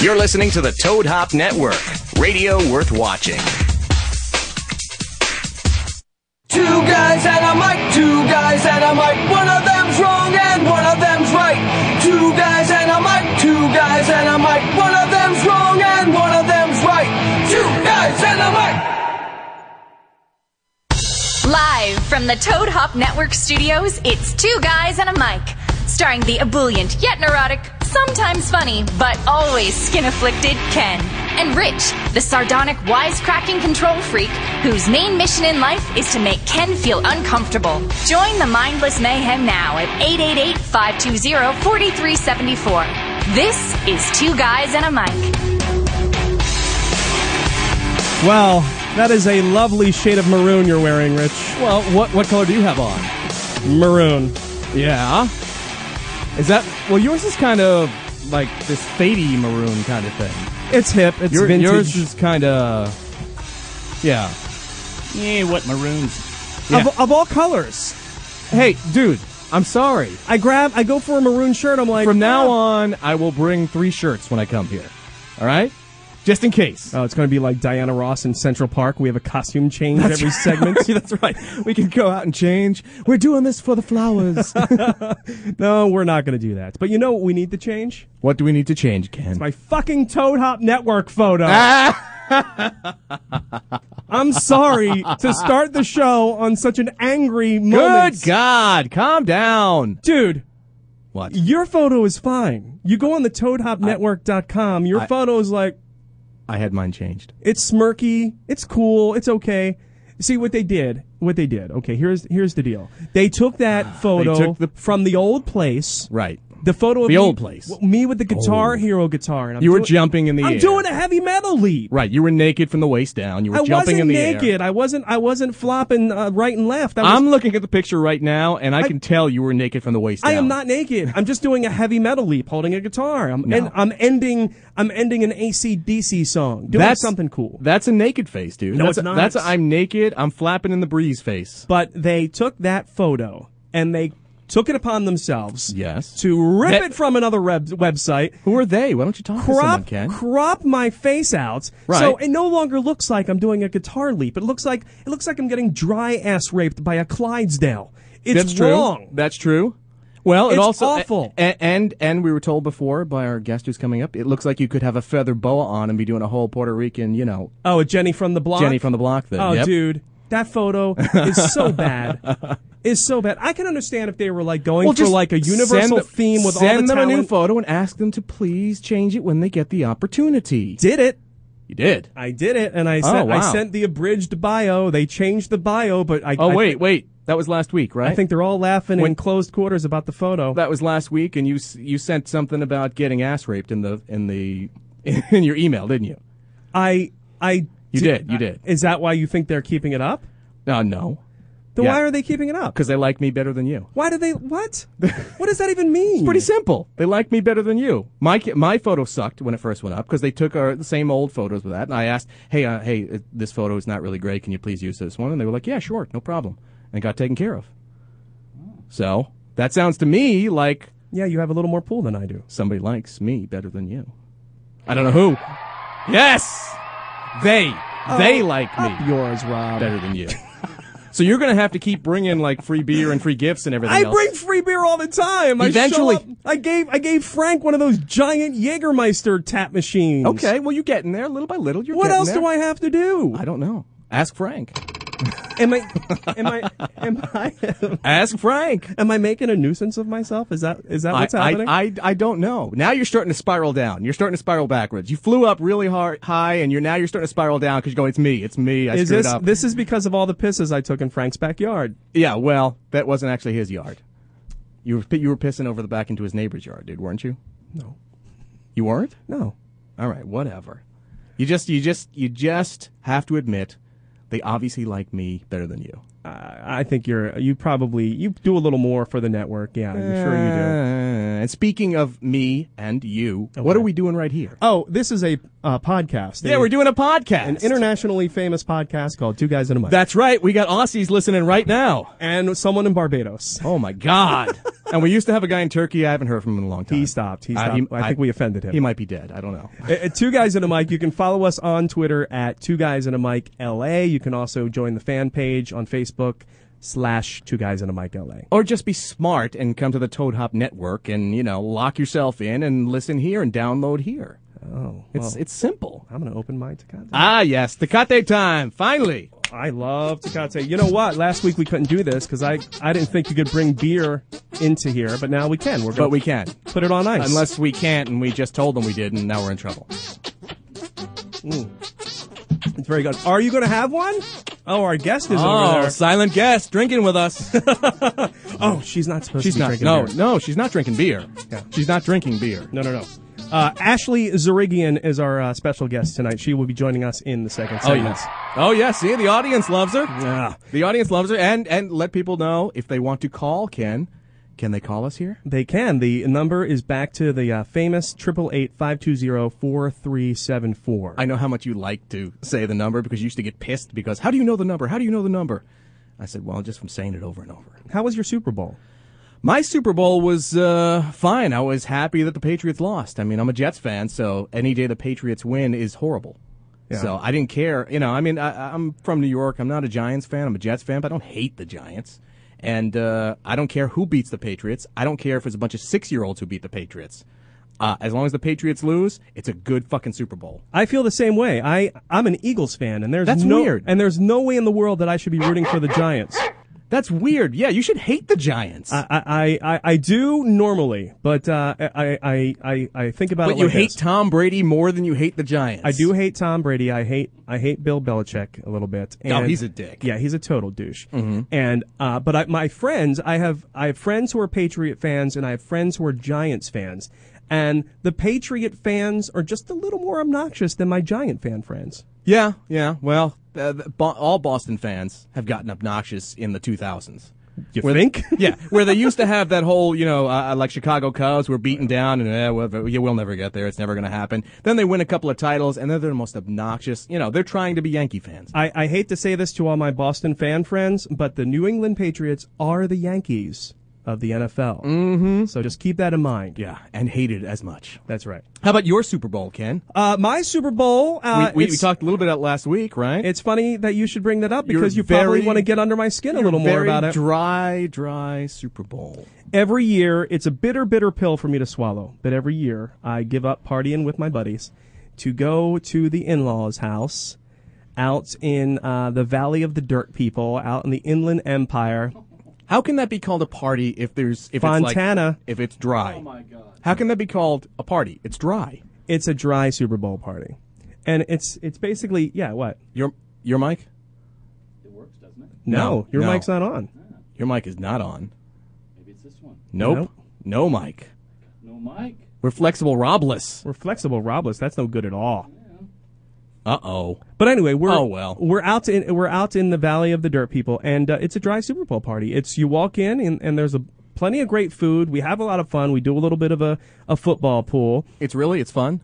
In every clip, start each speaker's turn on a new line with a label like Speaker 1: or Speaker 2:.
Speaker 1: You're listening to the Toad Hop Network, radio worth watching.
Speaker 2: Two guys and a mic, two guys and a mic. One of them's wrong and one of them's right. Two guys and a mic, two guys and a mic. One of them's wrong and one of them's right. Two guys and a mic.
Speaker 3: Live from the Toad Hop Network studios, it's Two Guys and a Mic, starring the ebullient yet neurotic, sometimes funny, but always skin afflicted Ken, and Rich, the sardonic, wisecracking control freak whose main mission in life is to make Ken feel uncomfortable. Join the mindless mayhem now at 888 520 4374. This is Two Guys and a Mic.
Speaker 4: Well, that is a lovely shade of maroon you're wearing, Rich.
Speaker 5: Well, what what color do you have on?
Speaker 4: Maroon.
Speaker 5: Yeah. Is that well? Yours is kind of like this fadey maroon kind of thing.
Speaker 4: It's hip. It's
Speaker 5: Your,
Speaker 4: vintage.
Speaker 5: yours is kind of yeah.
Speaker 6: Yeah, what maroons?
Speaker 4: of, of all colors.
Speaker 5: Hey, dude, I'm sorry.
Speaker 4: I grab. I go for a maroon shirt. I'm like,
Speaker 5: From now
Speaker 4: "Ah."
Speaker 5: on, I will bring three shirts when I come here. All right, just in case.
Speaker 4: Oh, it's going to be like Diana Ross in Central Park. We have a costume change every segment.
Speaker 5: That's right. We can go out and change. We're doing this for the flowers.
Speaker 4: no, we're not going to do that. But you know what we need to change?
Speaker 5: what do we need to change, Ken? Ah,
Speaker 4: My fucking Toad Hop Network photo. I'm sorry to start the show on such an angry moment.
Speaker 5: Good God, calm down.
Speaker 4: Dude,
Speaker 5: What?
Speaker 4: your photo is fine. You go on the toadhopnetwork.com, your
Speaker 5: I-
Speaker 4: photo is like,
Speaker 5: I had mine changed.
Speaker 4: it's smirky, it's cool, it's okay. See what they did. What they did. Okay, here's here's the deal. They took that photo
Speaker 5: took the-
Speaker 4: from the old place.
Speaker 5: Right.
Speaker 4: The photo of
Speaker 5: The
Speaker 4: me,
Speaker 5: old place. Oh.
Speaker 4: w- Me with the guitar hero guitar. And I'm
Speaker 5: You were
Speaker 4: doing-
Speaker 5: jumping in the
Speaker 4: I'm
Speaker 5: air.
Speaker 4: doing a heavy metal lead.
Speaker 5: Right, you were naked from the waist down. You were
Speaker 4: I
Speaker 5: jumping
Speaker 4: wasn't
Speaker 5: in the air.
Speaker 4: naked. I wasn't. I wasn't flopping uh, right and left. I, was,
Speaker 5: I'm looking at the picture right now, and I, can tell you were naked from the waist
Speaker 4: I
Speaker 5: down.
Speaker 4: am not naked. I'm just doing a heavy metal leap, holding a guitar. I'm.
Speaker 5: No.
Speaker 4: And I'm ending. I'm ending an AC/DC song. Doing
Speaker 5: That's
Speaker 4: something cool.
Speaker 5: That's a naked face, dude.
Speaker 4: No,
Speaker 5: that's a,
Speaker 4: it's not.
Speaker 5: That's a, I'm naked. I'm flapping in the breeze face.
Speaker 4: but they took that photo and they took it upon themselves.
Speaker 5: Yes.
Speaker 4: To rip
Speaker 5: That-
Speaker 4: it from another web- website.
Speaker 5: Who are they? Why don't you talk to someone,
Speaker 4: Crop,
Speaker 5: Ken?
Speaker 4: crop my face out, so
Speaker 5: Right.
Speaker 4: it no longer looks like I'm doing a guitar leap. It looks like it looks like I'm getting dry ass raped by a Clydesdale. It's
Speaker 5: that's true.
Speaker 4: wrong.
Speaker 5: That's true. Well, it
Speaker 4: It's
Speaker 5: also
Speaker 4: awful.
Speaker 5: a- a- and and we were told before by our guest who's coming up, it looks like you could have a feather boa on and be doing a whole Puerto Rican, you know,
Speaker 4: Oh, a Jenny from the block.
Speaker 5: Jenny from the block thing.
Speaker 4: Oh,
Speaker 5: Yep.
Speaker 4: dude, that photo is so bad. Is so bad. I can understand if they were like going for
Speaker 5: just
Speaker 4: like a
Speaker 5: send
Speaker 4: universal
Speaker 5: them-
Speaker 4: theme with all the
Speaker 5: send them
Speaker 4: talent.
Speaker 5: a new photo and ask them to please change it when they get the opportunity.
Speaker 4: Did it?
Speaker 5: You did.
Speaker 4: I did it, and I sent I
Speaker 5: Oh, wow.
Speaker 4: sent the abridged bio. They changed the bio, but I
Speaker 5: Oh
Speaker 4: I,
Speaker 5: wait, wait. That was last week, right?
Speaker 4: I think they're all laughing in
Speaker 5: When-
Speaker 4: closed quarters about the photo.
Speaker 5: that was last week, and you s- you sent something about getting ass raped in the in the in your email, didn't you?
Speaker 4: I I
Speaker 5: You did. You did.
Speaker 4: Is that why you think they're keeping it up?
Speaker 5: No, Uh, no,
Speaker 4: Then
Speaker 5: Yeah.
Speaker 4: why are they keeping it up?
Speaker 5: because they like me better than you.
Speaker 4: Why do they what? what does that even mean?
Speaker 5: Pretty simple. They like me better than you. My ki- my photo sucked when it first went up because they took our the same old photos with that, and I asked, hey, uh, hey, uh, this photo is not really great. Can you please use this one? And they were like, yeah, sure, no problem, and it got taken care of. So that sounds to me like
Speaker 4: yeah, you have a little more pool than I do.
Speaker 5: somebody likes me better than you. I don't know who. Yes, they they
Speaker 4: Oh.
Speaker 5: like me.
Speaker 4: Up yours, Rob.
Speaker 5: better than you. so you're going to have to keep bringing like free beer and free gifts and everything
Speaker 4: I
Speaker 5: else.
Speaker 4: bring free beer all the time. I show
Speaker 5: Eventually-
Speaker 4: up- I gave I gave Frank one of those giant Jägermeister tap machines.
Speaker 5: okay, well you're getting there little by little. You're
Speaker 4: What
Speaker 5: getting
Speaker 4: else
Speaker 5: there.
Speaker 4: do I have to do?
Speaker 5: I don't know. Ask Frank.
Speaker 4: Am I am I am I
Speaker 5: Ask Frank.
Speaker 4: Am I making a nuisance of myself? Is that is that
Speaker 5: I,
Speaker 4: what's happening?
Speaker 5: I, I, I don't know. Now you're starting to spiral down. You're starting to spiral backwards. You flew up really hard, high, and you're now you're starting to spiral down because you're going, "It's me, it's me." I
Speaker 4: is
Speaker 5: screwed
Speaker 4: this
Speaker 5: up.
Speaker 4: this is because of all the pisses I took in Frank's backyard?
Speaker 5: yeah, well, that wasn't actually his yard. You were you were pissing over the back into his neighbor's yard, dude, weren't you?
Speaker 4: No,
Speaker 5: You weren't.
Speaker 4: no.
Speaker 5: All right, whatever. You just you just you just have to admit they obviously like me better than you.
Speaker 4: I, I think you're you probably you do a little more for the network. Yeah, I'm sure you do.
Speaker 5: Uh, and speaking of me and you, what are we doing right here?
Speaker 4: Oh, this is a uh, podcast.
Speaker 5: yeah,
Speaker 4: A-
Speaker 5: we're doing a podcast.
Speaker 4: an internationally famous podcast called Two Guys in a Mic.
Speaker 5: That's right. We got Aussies listening right now.
Speaker 4: and someone in Barbados.
Speaker 5: Oh my god. and we used to have a guy in Turkey. I haven't heard from him in a long time.
Speaker 4: He stopped. He
Speaker 5: Uh,
Speaker 4: stopped. I think we offended him.
Speaker 5: He might be dead. I don't know.
Speaker 4: Uh, two guys and a mic. You can follow us on Twitter at Two Guys and a Mic LA. You can also join the fan page on Facebook slash Two Guys and a Mic LA.
Speaker 5: Or just be smart and come to the Toad Hop Network and you know lock yourself in and listen here and download here.
Speaker 4: Oh,
Speaker 5: It's
Speaker 4: well,
Speaker 5: it's simple.
Speaker 4: I'm gonna open my Takate.
Speaker 5: Ah yes, Tecate time finally.
Speaker 4: I love Takate. You know what? Last week we couldn't do this because I I didn't think you could bring beer into here, but now we can. We're gonna
Speaker 5: But we can.
Speaker 4: put it on ice.
Speaker 5: Unless we can't, and we just told them we did, and now we're in trouble.
Speaker 4: it's very good. Are you gonna have one? Oh, our guest is over
Speaker 5: Oh,
Speaker 4: there.
Speaker 5: silent guest drinking with us.
Speaker 4: Oh, she's not supposed
Speaker 5: she's
Speaker 4: to be
Speaker 5: not.
Speaker 4: drinking
Speaker 5: No,
Speaker 4: beer.
Speaker 5: no, she's not drinking beer.
Speaker 4: Yeah.
Speaker 5: She's not drinking beer.
Speaker 4: No, no, no. Uh, Ashley Zarigian is our uh, special guest tonight. She will be joining us in the second
Speaker 5: Oh
Speaker 4: segment.
Speaker 5: yes. Oh yes. See, the audience loves her.
Speaker 4: Yeah.
Speaker 5: The audience loves her, and and let people know if they want to call. Can can they call us here?
Speaker 4: They can. The number is back to the uh, famous 888-520-4374.
Speaker 5: I know how much you like to say the number because you used to get pissed because how do you know the number? How do you know the number? I said, well, just from saying it over and over.
Speaker 4: How was your Super Bowl?
Speaker 5: My Super Bowl was uh, fine. I was happy that the Patriots lost. I mean, I'm a Jets fan, so any day the Patriots win is horrible. So I didn't care. You know, I mean, I, I'm from New York. I'm not a Giants fan. I'm a Jets fan, but I don't hate the Giants. And uh, I don't care who beats the Patriots. I don't care if it's a bunch of six year olds who beat the Patriots. Uh, as long as the Patriots lose, it's a good fucking Super Bowl.
Speaker 4: I feel the same way. I I'm an Eagles fan, and there's
Speaker 5: That's
Speaker 4: no
Speaker 5: weird.
Speaker 4: and there's no way in the world that I should be rooting for the Giants.
Speaker 5: That's weird. Yeah, you should hate the Giants.
Speaker 4: I I, I, I do normally, but uh, I, I I I think about
Speaker 5: but
Speaker 4: it.
Speaker 5: you
Speaker 4: like
Speaker 5: hate
Speaker 4: this.
Speaker 5: Tom Brady more than you hate the Giants.
Speaker 4: I do hate Tom Brady. I hate I hate Bill Belichick a little bit.
Speaker 5: No,
Speaker 4: And-
Speaker 5: he's a dick. Mm-hmm.
Speaker 4: Yeah, he's a total douche. And uh, but I, my friends, I have I have friends who are Patriot fans, and I have friends who are Giants fans. And the Patriot fans are just a little more obnoxious than my Giant fan friends.
Speaker 5: Yeah, yeah. Well, uh, the, Bo- all Boston fans have gotten obnoxious in the 2000s.
Speaker 4: You think?
Speaker 5: yeah, where they used to have that whole, you know, uh, like Chicago Cubs were beaten down and eh, well, yeah, we'll never get there. It's never going to happen. Then they win a couple of titles and then they're the most obnoxious. You know, they're trying to be Yankee fans.
Speaker 4: I, I hate to say this to all my Boston fan friends, but the New England Patriots are the Yankees of the NFL. Mm-hmm. So just keep that in mind.
Speaker 5: Yeah, and hated as much.
Speaker 4: that's right.
Speaker 5: How about your Super Bowl, Ken?
Speaker 4: Uh, my Super Bowl. Uh,
Speaker 5: we, we, we
Speaker 4: it's-
Speaker 5: talked a little bit about last week, right?
Speaker 4: It's funny that you should bring that up
Speaker 5: You're
Speaker 4: because you probably
Speaker 5: very-
Speaker 4: want to get under my skin a little more
Speaker 5: Very
Speaker 4: about it.
Speaker 5: Dry, dry Super Bowl.
Speaker 4: every year, it's a bitter, bitter pill for me to swallow. But every year, I give up partying with my buddies to go to the in law's house out in uh, the Valley of the Dirt people, out in the Inland Empire.
Speaker 5: How can that be called a party if there's if
Speaker 4: Fontana.
Speaker 5: it's like, if it's dry? Oh my god! How can that be called a party? It's dry.
Speaker 4: It's a dry Super Bowl party. And it's it's basically, yeah, what?
Speaker 5: Your your mic
Speaker 6: It works, doesn't it?
Speaker 5: No,
Speaker 4: your
Speaker 5: no.
Speaker 4: mic's not on.
Speaker 5: your mic is not on.
Speaker 6: Maybe it's this one.
Speaker 5: Nope.
Speaker 4: Nope.
Speaker 5: No mic.
Speaker 6: No mic.
Speaker 5: We're flexible robless.
Speaker 4: We're flexible, Robless. That's no good at all.
Speaker 5: Uh oh.
Speaker 4: But anyway, we're
Speaker 5: Oh, well.
Speaker 4: we're out in we're out in the Valley of the Dirt people, and uh, it's a dry Super Bowl party. It's you walk in and, and there's a plenty of great food. We have a lot of fun. We do a little bit of a, a football pool.
Speaker 5: It's really it's fun.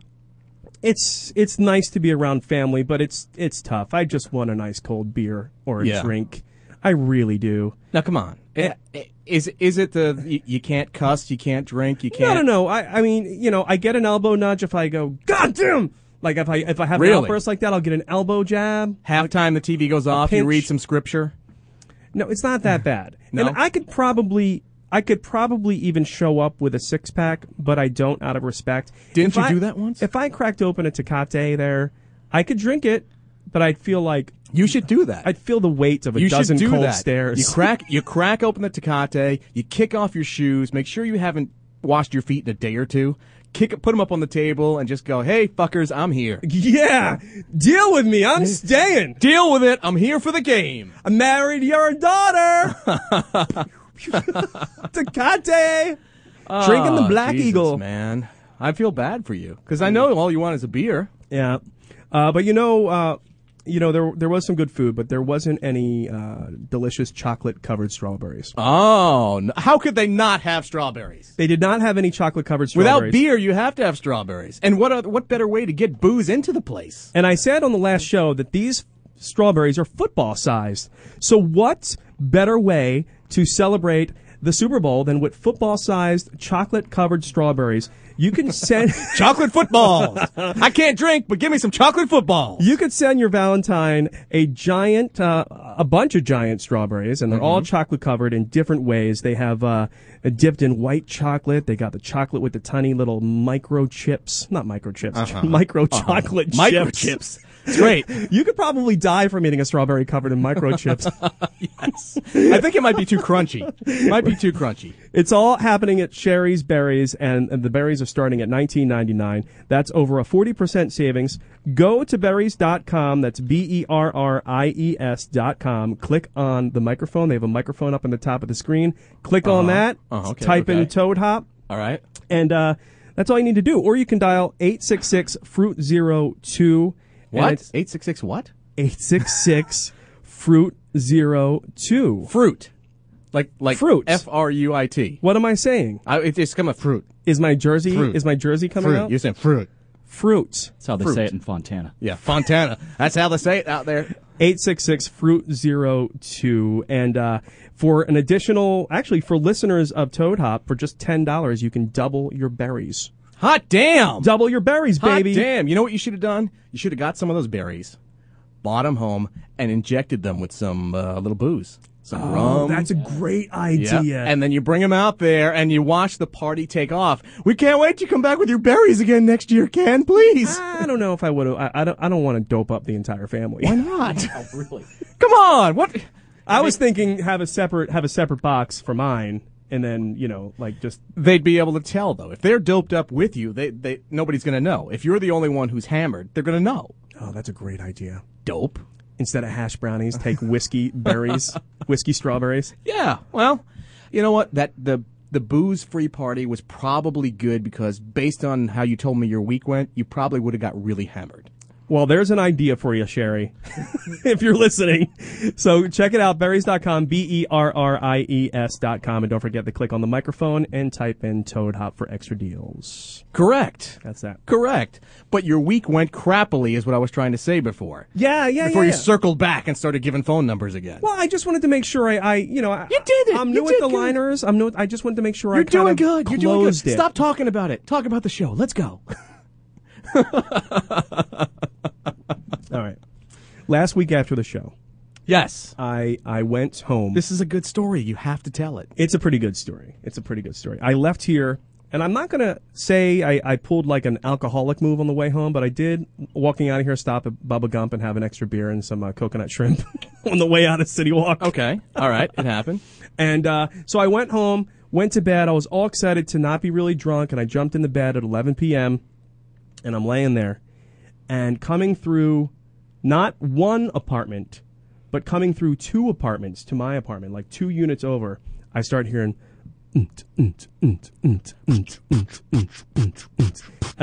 Speaker 4: It's it's nice to be around family, but it's it's tough. I just want a nice cold beer or a
Speaker 5: Yeah.
Speaker 4: drink. I really do.
Speaker 5: Now come on. I- I- Is is it the you, you can't cuss, you can't drink, you
Speaker 4: No,
Speaker 5: can't?
Speaker 4: no, no. I I mean, you know, I get an elbow nudge if I go, God damn! Like if I if I have
Speaker 5: Really?
Speaker 4: an outburst like that, I'll get an elbow jab.
Speaker 5: Halftime, the TV goes off. You
Speaker 4: pinch.
Speaker 5: read some scripture.
Speaker 4: No, it's not that bad.
Speaker 5: No?
Speaker 4: And I could probably I could probably even show up with a six pack, but I don't out of respect.
Speaker 5: Didn't
Speaker 4: If
Speaker 5: you
Speaker 4: I-
Speaker 5: do that once?
Speaker 4: If I cracked open a Tecate there, I could drink it, but I'd feel like
Speaker 5: You should do that.
Speaker 4: I'd feel the weight of a
Speaker 5: you
Speaker 4: dozen
Speaker 5: should do
Speaker 4: cold
Speaker 5: that.
Speaker 4: stairs.
Speaker 5: You crack you crack open the Tecate, you kick off your shoes, make sure you haven't washed your feet in a day or two. Kick put them up on the table and just go, "Hey fuckers, I'm here.
Speaker 4: yeah, deal with me. I'm staying.
Speaker 5: Deal with it. I'm here for the game."
Speaker 4: I married your daughter. Tecate. Drinking the
Speaker 5: Oh,
Speaker 4: Black
Speaker 5: Jesus,
Speaker 4: Eagle. Mm.
Speaker 5: man. I feel bad for you cuz I know all you want is a beer.
Speaker 4: Yeah, uh, but you know, uh, you know, there there was some good food, but there wasn't any uh, delicious chocolate covered strawberries.
Speaker 5: Oh, n- how could they not have strawberries?
Speaker 4: They did not have any chocolate covered
Speaker 5: Without
Speaker 4: strawberries.
Speaker 5: beer, you have to have strawberries. And what other, what better way to get booze into the place?
Speaker 4: and I said on the last show that these strawberries are football sized. So what better way to celebrate the Super Bowl than with football-sized chocolate-covered strawberries. You can send.
Speaker 5: Chocolate footballs. I can't drink, but give me some chocolate footballs.
Speaker 4: You could send your Valentine a giant, uh, a bunch of giant strawberries, and they're all chocolate covered in different ways. They have uh, dipped in white chocolate. They got the chocolate with the tiny little microchips, not microchips, micro chocolate chips.
Speaker 5: Microchips. It's great.
Speaker 4: You could probably die from eating a strawberry covered in microchips.
Speaker 5: I think it might be too crunchy. Might be too crunchy.
Speaker 4: It's all happening at Sherry's Berries, and, and the berries are starting at $19.99. That's over a 40% savings. Go to berries.com. That's B E R R I E S dot com. Click on the microphone. They have a microphone up on the top of the screen. Click on that.
Speaker 5: Uh-huh, okay,
Speaker 4: type in
Speaker 5: okay.
Speaker 4: Toad Hop,
Speaker 5: All right.
Speaker 4: and uh, that's all you need to do. Or you can dial 866 Fruit Zero Two.
Speaker 5: What? 866 what?
Speaker 4: 866 Fruit Zero Two.
Speaker 5: Fruit. Like like
Speaker 4: Fruit.
Speaker 5: F R U I T.
Speaker 4: What am I saying?
Speaker 5: I- it- It's come a fruit.
Speaker 4: Is my jersey
Speaker 5: Fruit.
Speaker 4: is my jersey coming
Speaker 5: Fruit.
Speaker 4: out?
Speaker 5: You're saying fruit.
Speaker 4: Fruit.
Speaker 6: That's how they
Speaker 5: Fruit.
Speaker 6: say it in Fontana.
Speaker 5: Yeah, Fontana. That's how they say it out there.
Speaker 4: 866 fruit zero two, and uh, for an additional actually for listeners of toad hop for just $10 you can double your berries
Speaker 5: Hot damn.
Speaker 4: double your berries baby
Speaker 5: Hot damn. You know what you should have done? You should have got some of those berries, bought them home, and injected them with some uh, little booze.
Speaker 4: Oh,
Speaker 5: Some rum.
Speaker 4: that's a great
Speaker 5: Yeah.
Speaker 4: idea
Speaker 5: And then you bring them out there and you watch the party take off. We can't wait to come back with your berries again next year, Ken, please.
Speaker 4: i don't know if i would have I, I don't i don't want to dope up the entire family why
Speaker 5: Not.
Speaker 6: Oh, really?
Speaker 5: Come on. What?
Speaker 4: i was thinking have a separate have a separate box for mine and then you know like just
Speaker 5: They'd be able to tell though. If they're doped up with you, they, they nobody's going to know. If you're the only one who's hammered, they're going to know.
Speaker 4: oh that's a great idea
Speaker 5: Dope.
Speaker 4: instead of hash brownies take whiskey berries whiskey strawberries
Speaker 5: Yeah. Well, you know what? That the the booze free party was probably good because based on how you told me your week went, you probably would have got really hammered.
Speaker 4: Well, there's an idea for you, Sherry, if you're listening. So check it out, berries.com, B E R R I E S.com. And don't forget to click on the microphone and type in Toad Hop for extra deals.
Speaker 5: Correct.
Speaker 4: That's that.
Speaker 5: Correct. But your week went crappily is what I was trying to say before.
Speaker 4: Yeah, yeah,
Speaker 5: Before
Speaker 4: yeah.
Speaker 5: you circled back and started giving phone numbers again.
Speaker 4: well, I just wanted to make sure I, I you know, I,
Speaker 5: You did it.
Speaker 4: I'm
Speaker 5: You
Speaker 4: new
Speaker 5: did
Speaker 4: at the
Speaker 5: good.
Speaker 4: liners. I'm new. at- I just wanted to make sure I
Speaker 5: You're
Speaker 4: kind
Speaker 5: doing
Speaker 4: of
Speaker 5: good. You're doing good.
Speaker 4: closed it.
Speaker 5: Stop talking about it. Talk about the show. Let's go.
Speaker 4: All right. Last week after the show,
Speaker 5: yes.
Speaker 4: I I went home.
Speaker 5: This is a good story. You have to tell it.
Speaker 4: it's a pretty good story. It's a pretty good story. I left here, and I'm not going to say I, I pulled like an alcoholic move on the way home, but I did, walking out of here, stop at Bubba Gump and have an extra beer and some uh, coconut shrimp on the way out of City Walk.
Speaker 5: Okay. All right. It happened.
Speaker 4: And uh, so I went home, went to bed. I was all excited to not be really drunk, and I jumped into bed at 11 p.m., and I'm laying there. And coming through not one apartment, but coming through two apartments to my apartment, like two units over, I start hearing at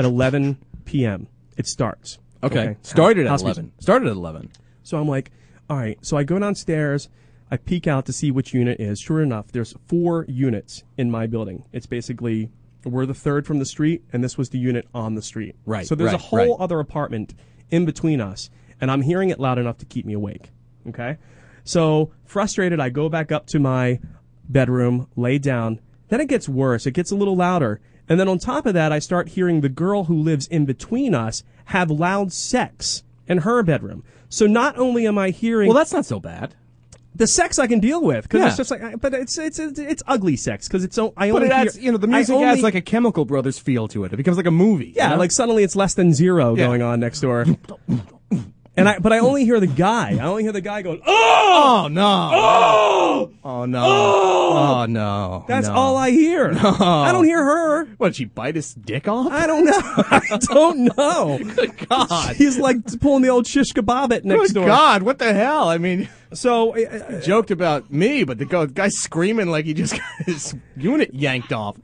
Speaker 4: 11 p.m. It starts.
Speaker 5: Started at
Speaker 4: House music.
Speaker 5: 11. Started at 11.
Speaker 4: So I'm like, all right. So I go downstairs. I peek out to see which unit is. Sure enough, there's four units in my building. It's basically we're the third from the street, and this was the unit on the street.
Speaker 5: Right,
Speaker 4: So there's a
Speaker 5: right,
Speaker 4: whole
Speaker 5: right.
Speaker 4: other apartment in between us, and I'm hearing it loud enough to keep me awake. Okay. So frustrated, I go back up to my bedroom, lay down. Then it gets worse. It gets a little louder. And then on top of that, I start hearing the girl who lives in between us have loud sex in her bedroom. So not only am I hearing
Speaker 5: Well, that's not so bad.
Speaker 4: the sex I can deal with because
Speaker 5: Yeah.
Speaker 4: it's just like, I- but it's it's it's, it's ugly sex because it's so I
Speaker 5: But
Speaker 4: only
Speaker 5: it adds,
Speaker 4: hear-
Speaker 5: you know, the
Speaker 4: I
Speaker 5: music adds
Speaker 4: only-
Speaker 5: like a Chemical Brothers feel to it. It becomes like a movie.
Speaker 4: yeah,
Speaker 5: you know?
Speaker 4: like suddenly it's less than zero going on next door. And I, but I only hear the guy. I only hear the guy going,
Speaker 5: Oh,
Speaker 4: "Oh,
Speaker 5: no. Oh, no. Oh, no.
Speaker 4: that's
Speaker 5: No.
Speaker 4: all I hear." I don't hear her.
Speaker 5: What, did she bite his dick off?
Speaker 4: I don't know. I don't know.
Speaker 5: God.
Speaker 4: He's like pulling the old shish kabob next
Speaker 5: Good
Speaker 4: door.
Speaker 5: God, what the hell? I mean,
Speaker 4: So uh, I- I-
Speaker 5: joked about me, but the go- guy's screaming like he just got his unit yanked off.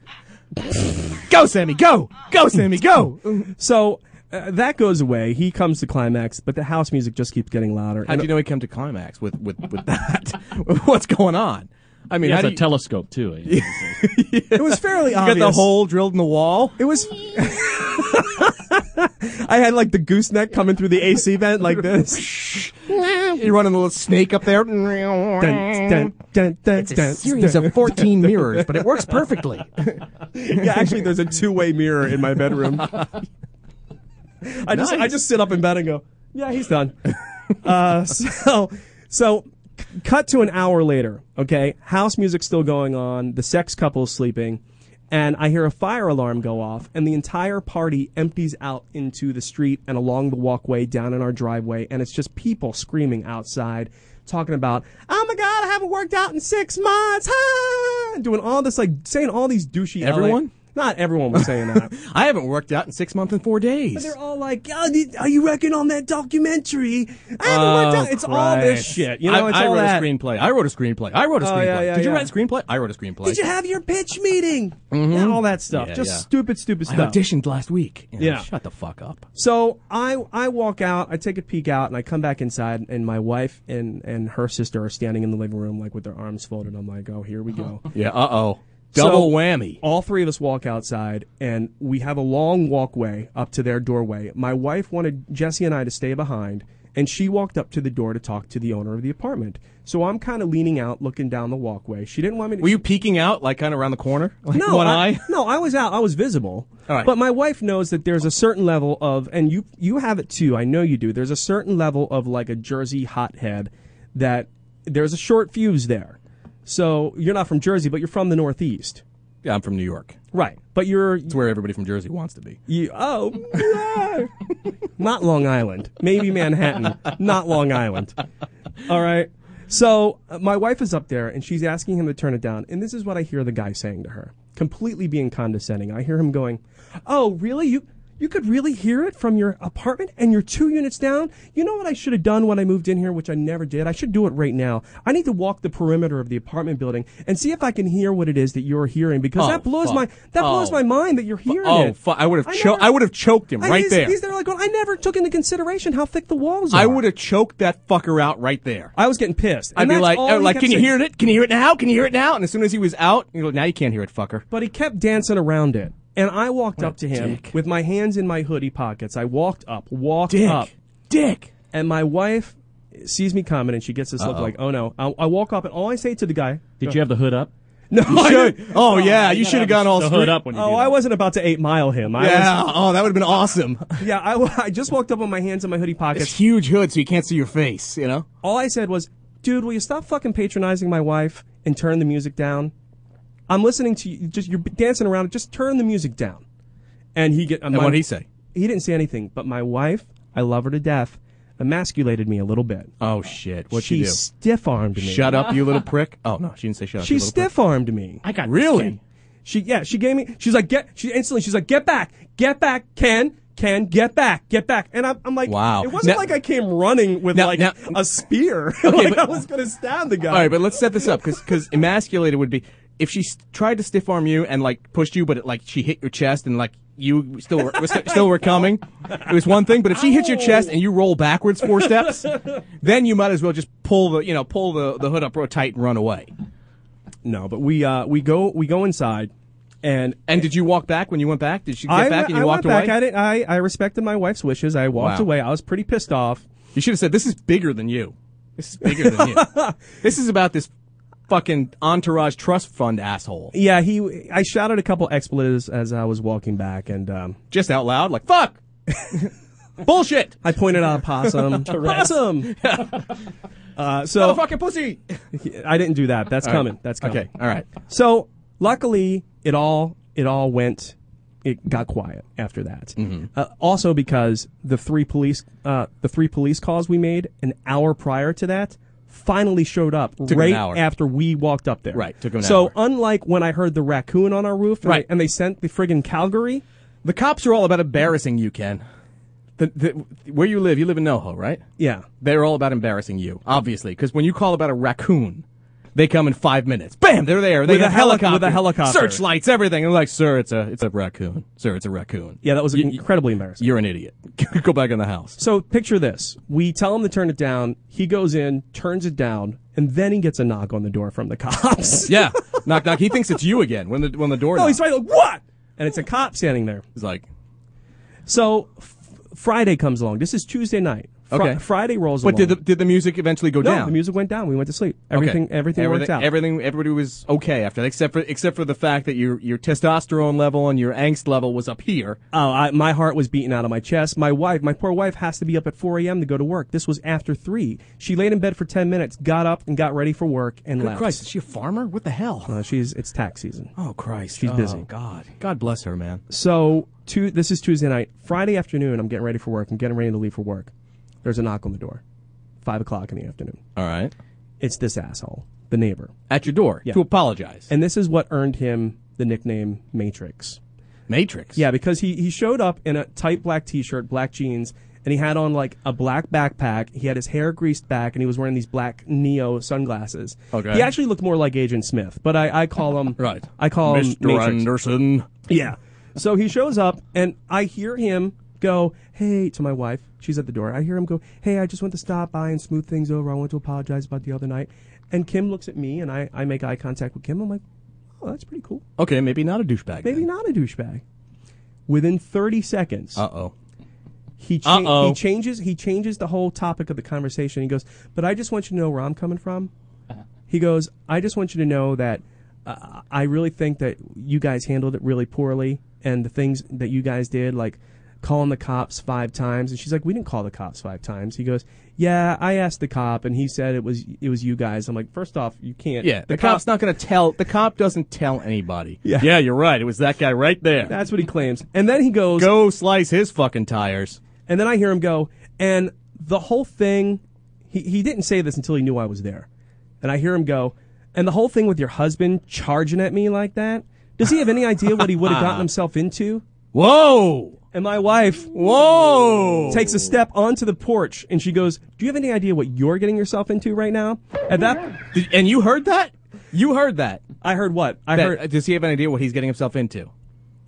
Speaker 5: go, Sammy, go! Go, Sammy, go!
Speaker 4: so uh, that goes away. He comes to climax, but the house music just keeps getting louder.
Speaker 5: How do you know he come to climax with, with, with that? What's going on? I mean,
Speaker 6: He
Speaker 5: how
Speaker 6: has
Speaker 5: do
Speaker 6: a
Speaker 5: you,
Speaker 6: telescope, too.
Speaker 4: it was fairly
Speaker 5: you
Speaker 4: obvious.
Speaker 5: got the hole drilled in the wall?
Speaker 4: It was. I had like the gooseneck coming through the AC vent like this.
Speaker 5: You're running a little snake up there.
Speaker 4: Dun, dun, dun, dun,
Speaker 5: It's
Speaker 4: dun,
Speaker 5: a series
Speaker 4: dun.
Speaker 5: of 14 mirrors, but it works perfectly.
Speaker 4: Yeah, actually, there's a two-way mirror in my bedroom. I just I
Speaker 5: Nice.
Speaker 4: just sit up in bed and go, yeah, he's done. uh, so so c- cut to an hour later. Okay, house music's still going on. The sex couple's sleeping, and I hear a fire alarm go off, and the entire party empties out into the street and along the walkway down in our driveway, and it's just people screaming outside. Talking about, oh my god, I haven't worked out in six months, ah! doing all this like saying all these douchey LA
Speaker 5: Everyone?
Speaker 4: not everyone was saying that.
Speaker 5: I haven't worked out in six months and four days.
Speaker 4: They're all like, oh, did- "Are you working on that documentary?" I haven't worked out. It's all this shit. You know,
Speaker 5: Oh, I,
Speaker 4: it's
Speaker 5: I
Speaker 4: all
Speaker 5: wrote
Speaker 4: that.
Speaker 5: a screenplay. I wrote a screenplay. I wrote a
Speaker 4: Oh,
Speaker 5: screenplay.
Speaker 4: yeah, yeah,
Speaker 5: Did you
Speaker 4: yeah.
Speaker 5: write a screenplay? I wrote a screenplay.
Speaker 4: Did you have your pitch meeting? Yeah, all that stuff.
Speaker 5: Mm-hmm. Yeah,
Speaker 4: Just
Speaker 5: yeah.
Speaker 4: stupid, stupid
Speaker 5: I
Speaker 4: stuff.
Speaker 5: auditioned last week. You know,
Speaker 4: Yeah.
Speaker 5: Shut the fuck up.
Speaker 4: So I I walk out, I take a peek out, and I come back inside, and my wife and and her sister are standing in the living room, like with their arms folded. I'm like, "Oh, here we go."
Speaker 5: Yeah. Uh oh.
Speaker 4: So,
Speaker 5: Double whammy.
Speaker 4: All three of us walk outside, and we have a long walkway up to their doorway. My wife wanted Jesse and I to stay behind, and she walked up to the door to talk to the owner of the apartment. So I'm kind of leaning out, looking down the walkway. She didn't want me to.
Speaker 5: Were you peeking out, like kind of around the corner? Like
Speaker 4: no,
Speaker 5: one
Speaker 4: I,
Speaker 5: eye?
Speaker 4: No, I was out. I was visible.
Speaker 5: All right.
Speaker 4: But my wife knows that there's a certain level of, and you you have it too. I know you do. There's a certain level of like a Jersey hothead that there's a short fuse there. So you're not from Jersey, but you're from the Northeast,
Speaker 5: Yeah, I'm from New York.
Speaker 4: right? But you're
Speaker 5: It's where everybody from Jersey wants to be.
Speaker 4: You, oh, yeah. not Long Island. Maybe Manhattan. Not Long Island. All right. So uh, my wife is up there and she's asking him to turn it down. And this is what I hear the guy saying to her, completely being condescending. I hear him going, "Oh, really? You you could really hear it from your apartment and you're two units down? You know what I should have done when I moved in here, which I never did. I should do it right now. I need to walk the perimeter of the apartment building and see if I can hear what it is that you're hearing because
Speaker 5: Oh,
Speaker 4: that blows
Speaker 5: fuck.
Speaker 4: my that blows
Speaker 5: Oh.
Speaker 4: my mind that you're hearing
Speaker 5: Oh,
Speaker 4: it.
Speaker 5: fu- I would have
Speaker 4: I
Speaker 5: cho-
Speaker 4: never-
Speaker 5: I would have choked him
Speaker 4: I-
Speaker 5: right
Speaker 4: he's,
Speaker 5: there.
Speaker 4: He's there like, going, I never took into consideration how thick the walls are.
Speaker 5: I would have choked that fucker out right there.
Speaker 4: I was getting pissed.
Speaker 5: I'd
Speaker 4: And
Speaker 5: be
Speaker 4: that's
Speaker 5: like,
Speaker 4: all
Speaker 5: oh,
Speaker 4: he
Speaker 5: like,
Speaker 4: kept
Speaker 5: can you
Speaker 4: saying.
Speaker 5: hear it? Can you hear it now? Can you hear it now? And as soon as he was out, you go, now you can't hear it, fucker.
Speaker 4: But he kept dancing around it. And I walked up to him
Speaker 5: dick.
Speaker 4: with my hands in my hoodie pockets. I walked up, walked
Speaker 5: Dick,
Speaker 4: up,
Speaker 5: dick.
Speaker 4: and my wife sees me coming and she gets this look like, oh no. I, I walk up and all I say to the guy,
Speaker 7: Did you have the hood up?
Speaker 4: no, I didn't.
Speaker 5: Oh, yeah, you
Speaker 7: gotta
Speaker 5: should have
Speaker 7: have
Speaker 5: gone
Speaker 7: the-
Speaker 5: all
Speaker 7: the
Speaker 5: straight
Speaker 7: hood up when you
Speaker 4: Oh,
Speaker 7: do
Speaker 4: I
Speaker 7: that.
Speaker 4: wasn't about to eight mile him. I
Speaker 5: Yeah. Oh, that would have been awesome.
Speaker 4: was, yeah. I, wa- I just walked up on my hands in my hoodie pockets.
Speaker 5: It's huge hood, so you can't see your face. You know.
Speaker 4: all I said was, dude, will you stop fucking patronizing my wife and turn the music down? I'm listening to you. Just you're dancing around. Just turn the music down. And he get.
Speaker 5: And what he say?
Speaker 4: He didn't say anything. But my wife, I love her to death, emasculated me a little bit.
Speaker 5: Oh shit! What
Speaker 4: she
Speaker 5: you do?
Speaker 4: stiff armed me.
Speaker 5: Shut up, you little prick! Oh no, she didn't say shut up.
Speaker 4: She
Speaker 5: you little prick.
Speaker 4: stiff armed me.
Speaker 7: I got this,
Speaker 5: Really?
Speaker 7: Ken.
Speaker 4: She yeah. She gave me. She's like get. She instantly. She's like get back, get back, Ken. Ken, get back, get back, and I'm, I'm like,
Speaker 5: Wow.
Speaker 4: It wasn't
Speaker 5: Now-
Speaker 4: like I came running with
Speaker 5: Now-
Speaker 4: like
Speaker 5: now-
Speaker 4: a spear. like
Speaker 5: but-
Speaker 4: I was gonna stab the guy.
Speaker 5: All right, but let's set this up because emasculated would be if she s- tried to stiff arm you and like pushed you, but it, like she hit your chest and like you still were, was st- still were coming. It was one thing, but if she hits your chest and you roll backwards four steps, then you might as well just pull the you know pull the, the hood up real tight and run away.
Speaker 4: No, but we uh, we go we go inside, and
Speaker 5: And did you walk back when you went back? Did she get
Speaker 4: I,
Speaker 5: back and you
Speaker 4: I
Speaker 5: walked
Speaker 4: went
Speaker 5: away?
Speaker 4: back at it. I I respected my wife's wishes. I walked
Speaker 5: Wow.
Speaker 4: away. I was pretty pissed off.
Speaker 5: You should have said, "This is bigger than you. This is bigger than you. This is about this fucking entourage trust fund asshole."
Speaker 4: Yeah, he I shouted a couple expletives as I was walking back, and um,
Speaker 5: Just out loud, like "fuck." Bullshit!
Speaker 4: I pointed out a possum. possum. uh, so
Speaker 5: Motherfucking pussy!
Speaker 4: I didn't do that. That's coming. That's coming.
Speaker 5: Okay, all right.
Speaker 4: So luckily, it all it all went. It got quiet after that.
Speaker 5: Mm-hmm.
Speaker 4: Uh, also, because the three police uh, the three police calls we made an hour prior to that finally showed up
Speaker 5: an
Speaker 4: right
Speaker 5: hour.
Speaker 4: after we walked up there.
Speaker 5: Right, took 'em an
Speaker 4: so
Speaker 5: hour.
Speaker 4: unlike when I heard the raccoon on our roof, and
Speaker 5: Right.
Speaker 4: they, and they sent the friggin' Calgary.
Speaker 5: The cops are all about embarrassing you, Ken. The, the, where you live, you live in NoHo, right?
Speaker 4: Yeah,
Speaker 5: They're all about embarrassing you, obviously, because when you call about a raccoon, they come in five minutes. Bam! They're there. They
Speaker 4: With
Speaker 5: got
Speaker 4: a heli-
Speaker 5: helicopter,
Speaker 4: with a helicopter.
Speaker 5: searchlights, everything. And they're like, "Sir, it's a it's a raccoon. Sir, it's a raccoon.
Speaker 4: yeah, that was
Speaker 5: You-
Speaker 4: incredibly embarrassing.
Speaker 5: You're an idiot. Go back in the house."
Speaker 4: So picture this. We tell him to turn it down. He goes in, turns it down, and then he gets a knock on the door from the cops.
Speaker 5: Yeah. knock knock. He thinks it's you again when the when the door.
Speaker 4: Oh, he's
Speaker 5: knocks.
Speaker 4: right. Like, what? And it's a cop standing there.
Speaker 5: He's like,
Speaker 4: So f- Friday comes along. This is Tuesday night. Fri-
Speaker 5: Okay.
Speaker 4: Friday rolls
Speaker 5: But
Speaker 4: along.
Speaker 5: did the, did the music eventually go
Speaker 4: no,
Speaker 5: down?
Speaker 4: the music went down. We went to sleep.
Speaker 5: Okay.
Speaker 4: Everything, everything, worked out.
Speaker 5: Everything, everybody was okay after that, except for except for the fact that your your testosterone level and your angst level was up here.
Speaker 4: Oh, I, my heart was beating out of my chest. My wife, my poor wife, has to be up at 4 a.m. to go to work. This was after 3. She laid in bed for 10 minutes, got up, and got ready for work and
Speaker 5: Good
Speaker 4: left.
Speaker 5: Christ, is she a farmer? What the hell?
Speaker 4: Uh, she's, it's tax season.
Speaker 5: Oh Christ,
Speaker 4: She's
Speaker 5: Oh,
Speaker 4: busy.
Speaker 5: God, God bless her, man.
Speaker 4: So, two, this is Tuesday night. Friday afternoon, I'm getting ready for work. I'm getting ready to leave for work. There's a knock on the door. 5 o'clock in the afternoon.
Speaker 5: All right,
Speaker 4: It's this asshole, the neighbor.
Speaker 5: at your door to apologize.
Speaker 4: And this is what earned him the nickname Matrix.
Speaker 5: Matrix.
Speaker 4: Yeah, because he, he showed up in a tight black t shirt, black jeans, and he had on like a black backpack. He had his hair greased back, and he was wearing these black Neo sunglasses.
Speaker 5: Okay.
Speaker 4: He actually looked more like Agent Smith, but I, I call him.
Speaker 5: Right.
Speaker 4: I call him.
Speaker 5: Mr.
Speaker 4: Matrix.
Speaker 5: Anderson.
Speaker 4: Yeah. So he shows up, and I hear him go, "Hey," to my wife. She's at the door. I hear him go, "Hey, I just want to stop by and smooth things over. I want to apologize about the other night." And Kim looks at me, and I, I make eye contact with Kim. I'm like, "Oh, that's pretty cool.
Speaker 5: Okay, maybe not a douchebag.
Speaker 4: Maybe not a douchebag." Within 30 seconds,
Speaker 5: Uh oh.
Speaker 4: he cha-
Speaker 5: Uh-oh.
Speaker 4: he changes he changes the whole topic of the conversation. He goes, "But I just want you to know where I'm coming from."
Speaker 5: Uh-huh.
Speaker 4: He goes, "I just want you to know that uh, I really think that you guys handled it really poorly, and the things that you guys did, like calling the cops five times." And she's like, "We didn't call the cops five times." He goes, "Yeah, I asked the cop, and he said it was it was you guys." I'm like, first off, you can't."
Speaker 5: Yeah, the, cop's not going to tell. The cop doesn't tell anybody.
Speaker 4: Yeah.
Speaker 5: yeah, you're right. It was that guy right there.
Speaker 4: That's what he claims, and then he goes,
Speaker 5: Go slice his fucking tires.
Speaker 4: And then I hear him go, and the whole thing, he, he didn't say this until he knew I was there. And I hear him go, and the whole thing with your husband charging at me like that, does he have any idea what he would have gotten himself into?
Speaker 5: Whoa,
Speaker 4: And my wife
Speaker 5: whoa.
Speaker 4: takes a step onto the porch and she goes, Do you have any idea what you're getting yourself into right now? At that,
Speaker 5: Did- and you heard that? You heard that?
Speaker 4: I heard what? I
Speaker 5: That-
Speaker 4: heard,
Speaker 5: does he have an idea what he's getting himself into?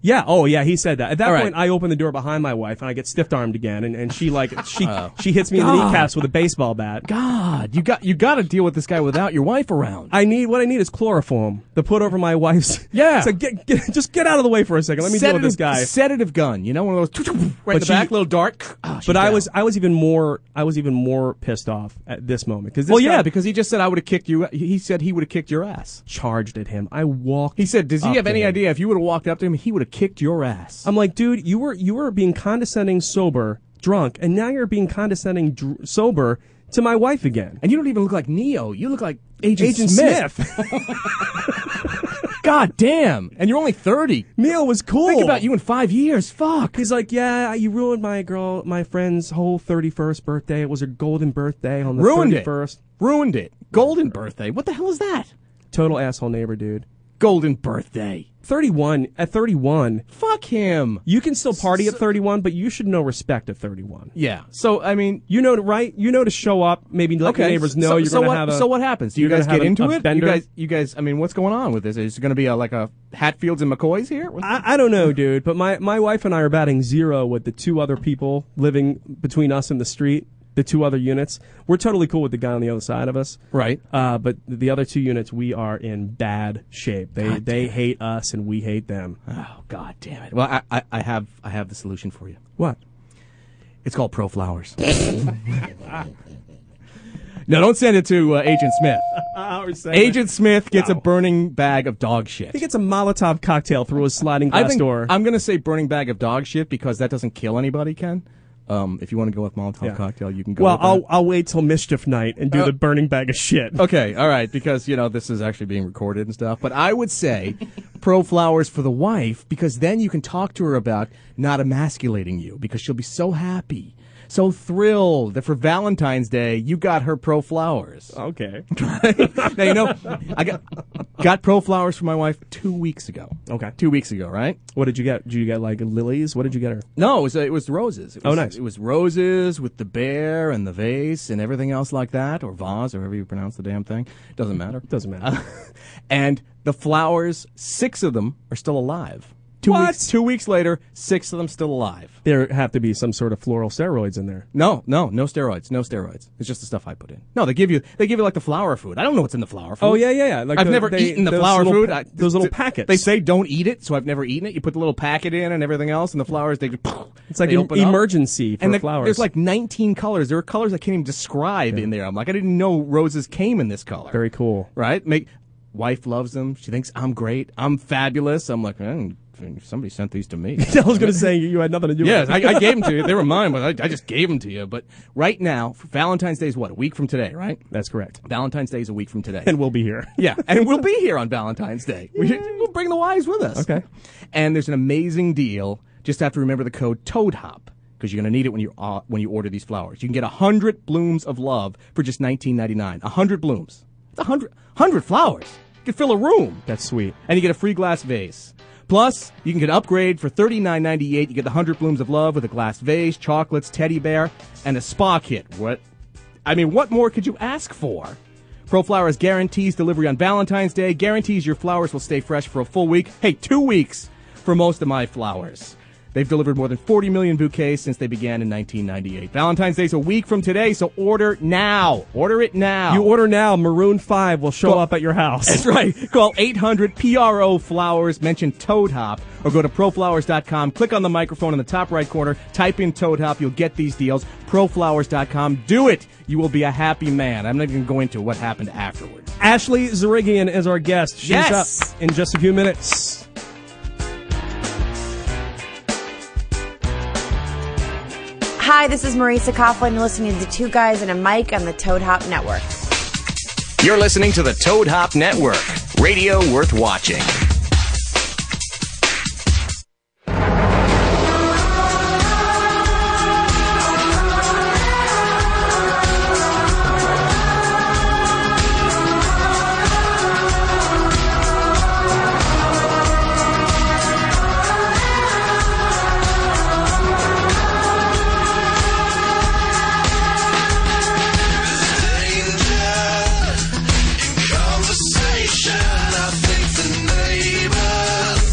Speaker 4: Yeah. Oh, yeah. He said that. At that
Speaker 5: All right.
Speaker 4: point, I open the door behind my wife, and I get stiff armed again, and, and she like she she hits me in the
Speaker 5: Oh. God.
Speaker 4: kneecaps with a baseball bat.
Speaker 5: God, you got you got to deal with this guy without your wife around.
Speaker 4: I need what I need is chloroform to put over my wife's.
Speaker 5: Yeah.
Speaker 4: So get, get just get out of the way for a second. Let me deal with this guy.
Speaker 5: Sedative gun, you know, one of those right in the
Speaker 4: But she-
Speaker 5: back, little dart. Ah, she's
Speaker 4: but I
Speaker 5: down.
Speaker 4: was I was even more I was even more pissed off at this moment because
Speaker 5: well, yeah, because he just said I would have kicked you. He said he would have kicked your ass.
Speaker 4: charged at him. I walked.
Speaker 5: He said, "Does he
Speaker 4: up
Speaker 5: have
Speaker 4: to
Speaker 5: any
Speaker 4: him.
Speaker 5: idea if you would have walked up to him, he would have kicked your ass?"
Speaker 4: I'm like, dude, you were you were being condescending sober, drunk, and now you're being condescending dr- sober to my wife again.
Speaker 5: and you don't even look like Neo. You look like Agent,
Speaker 4: Agent
Speaker 5: Smith.
Speaker 4: Smith.
Speaker 5: God damn! And you're only thirty.
Speaker 4: Neil was cool.
Speaker 5: Think about you in five years. Fuck.
Speaker 4: He's like, yeah, you ruined my girl, my friend's whole 31st birthday. It was her golden birthday on the
Speaker 5: Ruined it.
Speaker 4: 31st.
Speaker 5: Ruined it. Golden birthday. What the hell is that?
Speaker 4: Total asshole neighbor, dude.
Speaker 5: Golden birthday.
Speaker 4: 31 at 31,
Speaker 5: Fuck him.
Speaker 4: you can still party at 31, but you should know respect at 31.
Speaker 5: Yeah. So I mean,
Speaker 4: You know, right? You know to show up, maybe let your neighbors know
Speaker 5: so,
Speaker 4: you're
Speaker 5: so
Speaker 4: gonna
Speaker 5: what,
Speaker 4: have a.
Speaker 5: so what happens? Do you
Speaker 4: you're
Speaker 5: guys
Speaker 4: gonna have
Speaker 5: get
Speaker 4: a-
Speaker 5: into
Speaker 4: a
Speaker 5: it?
Speaker 4: bender?
Speaker 5: You guys, you guys. I mean, what's going on with this? Is it going to be a, like a Hatfields and McCoys here? What-
Speaker 4: I, I don't know, dude, but my, my wife and I are batting zero with the two other people living between us and the street, the two other units. We're totally cool with the guy on the other side of us.
Speaker 5: Right.
Speaker 4: Uh, but the other two units, we are in bad shape. They, they hate us and we hate them.
Speaker 5: oh God damn it! Well, I, I, I have I have the solution for you.
Speaker 4: What?
Speaker 5: It's called Pro Flowers. no, don't send it to uh, Agent Smith. Agent Smith gets a burning bag of dog shit.
Speaker 4: He gets a Molotov cocktail through his sliding glass
Speaker 5: I think
Speaker 4: door.
Speaker 5: I'm gonna say burning bag of dog shit because that doesn't kill anybody. Ken, um, if you want to go with Molotov
Speaker 4: Yeah.
Speaker 5: cocktail, you can go.
Speaker 4: well,
Speaker 5: with that.
Speaker 4: I'll, I'll wait till mischief night and do
Speaker 5: Uh,
Speaker 4: the burning bag of shit.
Speaker 5: Okay, all right, because you know this is actually being recorded and stuff. But I would say pro flowers for the wife because then you can talk to her about not emasculating you because she'll be so happy, so thrilled that for Valentine's Day you got her pro flowers.
Speaker 4: Okay.
Speaker 5: now you know I got got pro flowers for my wife two weeks ago.
Speaker 4: Okay.
Speaker 5: two weeks ago, right?
Speaker 4: What did you get? Did you get like lilies? What did you get her?
Speaker 5: No, it was, uh, it was roses. It was,
Speaker 4: Oh, nice.
Speaker 5: It was roses with the bear and the vase and everything else like that, or vase, or however you pronounce the damn thing. Doesn't matter.
Speaker 4: Doesn't matter.
Speaker 5: and the flowers, six of them are still alive.
Speaker 4: Two
Speaker 5: What?
Speaker 4: weeks.
Speaker 5: Two weeks later, six of them still alive.
Speaker 4: There have to be some sort of floral steroids in there.
Speaker 5: No, no, no steroids, no steroids. It's just the stuff I put in. No, they give you they give you like the flower food. I don't know what's in the flower food.
Speaker 4: Oh, yeah, yeah, yeah. Like
Speaker 5: I've
Speaker 4: the-
Speaker 5: never
Speaker 4: they-
Speaker 5: eaten the
Speaker 4: those
Speaker 5: flower
Speaker 4: little
Speaker 5: food.
Speaker 4: pa-
Speaker 5: I-
Speaker 4: those little
Speaker 5: th-
Speaker 4: packets.
Speaker 5: They say don't eat it, so I've never eaten it. You put the little packet in and everything else, and the flowers they.
Speaker 4: It's like an emergency for
Speaker 5: and the,
Speaker 4: flowers.
Speaker 5: There's like 19 colors. There are colors I can't even describe in there. I'm like, I didn't know roses came in this color.
Speaker 4: Very cool.
Speaker 5: right? Make wife loves them. She thinks I'm great. I'm fabulous. I'm like, man, somebody sent these to me.
Speaker 4: I was going to say you had nothing to do
Speaker 5: Yes,
Speaker 4: with it.
Speaker 5: I, I gave them to you. They were mine, but I, I just gave them to you. But right now, Valentine's Day is what a week from today, right?
Speaker 4: That's correct.
Speaker 5: Valentine's Day is a week from today.
Speaker 4: And we'll be here.
Speaker 5: yeah, and we'll be here on Valentine's Day. We, we'll bring the wives with us.
Speaker 4: Okay.
Speaker 5: And there's an amazing deal. Just have to remember the code TOADHOP because you're going to need it when you uh, when you order these flowers. You can get 100 blooms of love for just 19.99. 100 blooms. It's 100 100 flowers. You can fill a room
Speaker 4: That's sweet.
Speaker 5: and you get a free glass vase. Plus, you can get an upgrade for $39.98. You get the 100 Blooms of Love with a glass vase, chocolates, teddy bear, and a spa kit. What? I mean, what more could you ask for? ProFlowers guarantees delivery on Valentine's Day, guarantees your flowers will stay fresh for a full week. Hey, two weeks for most of my flowers. They've delivered more than 40 million bouquets since they began in 1998. Valentine's Day's a week from today, so order now. Order it now.
Speaker 4: You order now, Maroon 5 will show
Speaker 5: Well-
Speaker 4: up at your house.
Speaker 5: That's right. Call 800 PRO Flowers, mention Toad Hop, or go to proflowers.com, click on the microphone in the top right corner, type in Toad Hop, you'll get these deals. Proflowers.com. Do it. You will be a happy man. I'm not even going to what happened afterwards.
Speaker 4: Ashley Zarigian is our guest. She's
Speaker 5: Yes!
Speaker 4: up in just a few minutes.
Speaker 7: Hi, this is Marisa Coughlin. You're listening to the Two Guys and a Mic on the Toad Hop Network.
Speaker 1: You're listening to the Toad Hop Network, radio worth watching.
Speaker 8: Conversation, I think the name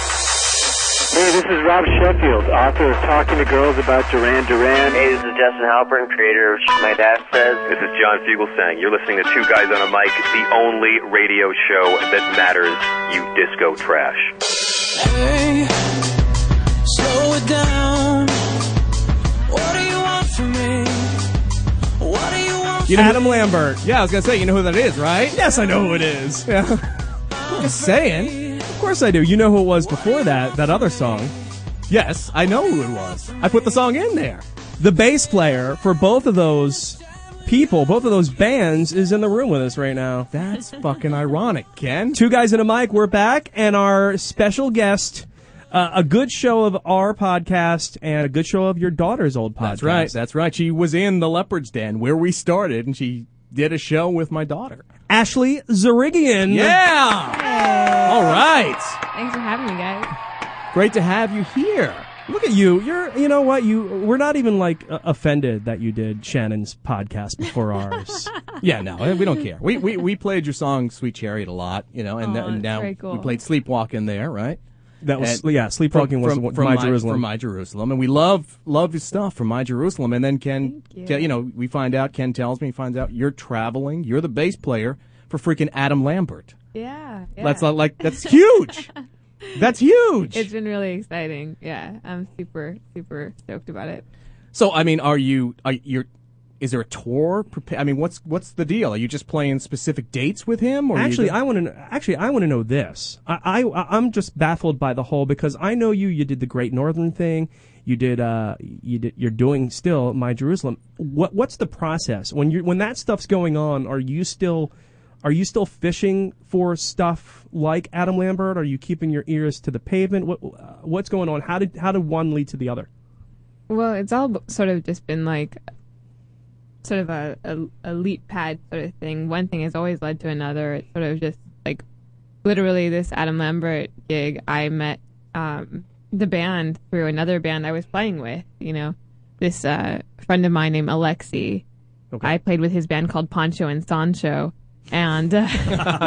Speaker 8: Hey, this is Rob Sheffield, author of Talking to Girls About Duran Duran.
Speaker 9: Hey, this is Justin Halpern, creator of Shit My Dad Says.
Speaker 10: This is John Fugelsang. You're listening to Two Guys on a Mic, the only radio show that matters, you disco trash.
Speaker 2: Hey, slow it down. What do you want from me? What do you want
Speaker 5: You know,
Speaker 4: Adam Lambert.
Speaker 5: yeah, I was gonna say, you know who that is, right?
Speaker 4: Yes, I know who it is.
Speaker 5: Just saying.
Speaker 4: Of course I do. You know who it was before that, that other song.
Speaker 5: Yes, I know who it was. I put the song in there.
Speaker 4: The bass player for both of those people, both of those bands, is in the room with us right now.
Speaker 5: That's fucking ironic, Ken.
Speaker 4: Two guys and a mic. We're back, and our special guest, uh, a good show of our podcast and a good show of your daughter's old podcast.
Speaker 5: That's right. That's right. She was in the Leopard's Den where we started, and she did a show with my daughter.
Speaker 4: Ashley Zarigian.
Speaker 5: Yeah. All right.
Speaker 11: Thanks for having me, guys.
Speaker 5: Great to have you here.
Speaker 4: Look at you. You're. You know what? You. We're not even like uh, offended that you did Shannon's podcast before ours.
Speaker 5: Yeah, no, eh, we don't care. We we, we played your song "Sweet Chariot" a lot, you know, and,
Speaker 11: Aw,
Speaker 5: th- and
Speaker 11: that's
Speaker 5: now
Speaker 11: very cool.
Speaker 5: we played "Sleepwalk" in there, right?
Speaker 4: That was.
Speaker 5: And
Speaker 4: yeah. Sleepwalking was the one- my, Jerusalem.
Speaker 5: From my Jerusalem, and we love love his stuff from my Jerusalem. And then Ken,
Speaker 11: Thank you.
Speaker 5: Ken- know, we find out Ken tells me, he finds out you're traveling. You're the bass player for freaking Adam Lambert.
Speaker 11: Yeah. yeah.
Speaker 5: That's not like that's huge. that's huge.
Speaker 11: It's been really exciting. Yeah, I'm super, super stoked about it.
Speaker 5: so I mean, are you are you? Is there a tour? Prepa- I mean, what's what's the deal? Are you just playing specific dates with him, or are you
Speaker 4: Actually,
Speaker 5: just-
Speaker 4: I want to. know Actually, I want to know this. I, I, I'm just baffled by the whole because I know you. You did the Great Northern thing. You did. Uh, you did. You're doing still my Jerusalem. What What's the process when you when that stuff's going on? Are you still Are you still fishing for stuff like Adam Lambert? Are you keeping your ears to the pavement? What uh, What's going on? How did How did one lead to the other?
Speaker 11: Well, it's all b- sort of just been like sort of a, a, a leap pad sort of thing. One thing has always led to another. It's sort of just like literally this Adam Lambert gig. I met um, the band through another band I was playing with, you know, this uh, friend of mine named Alexi.
Speaker 4: Okay.
Speaker 11: I played with his band called Poncho and Sancho. And uh,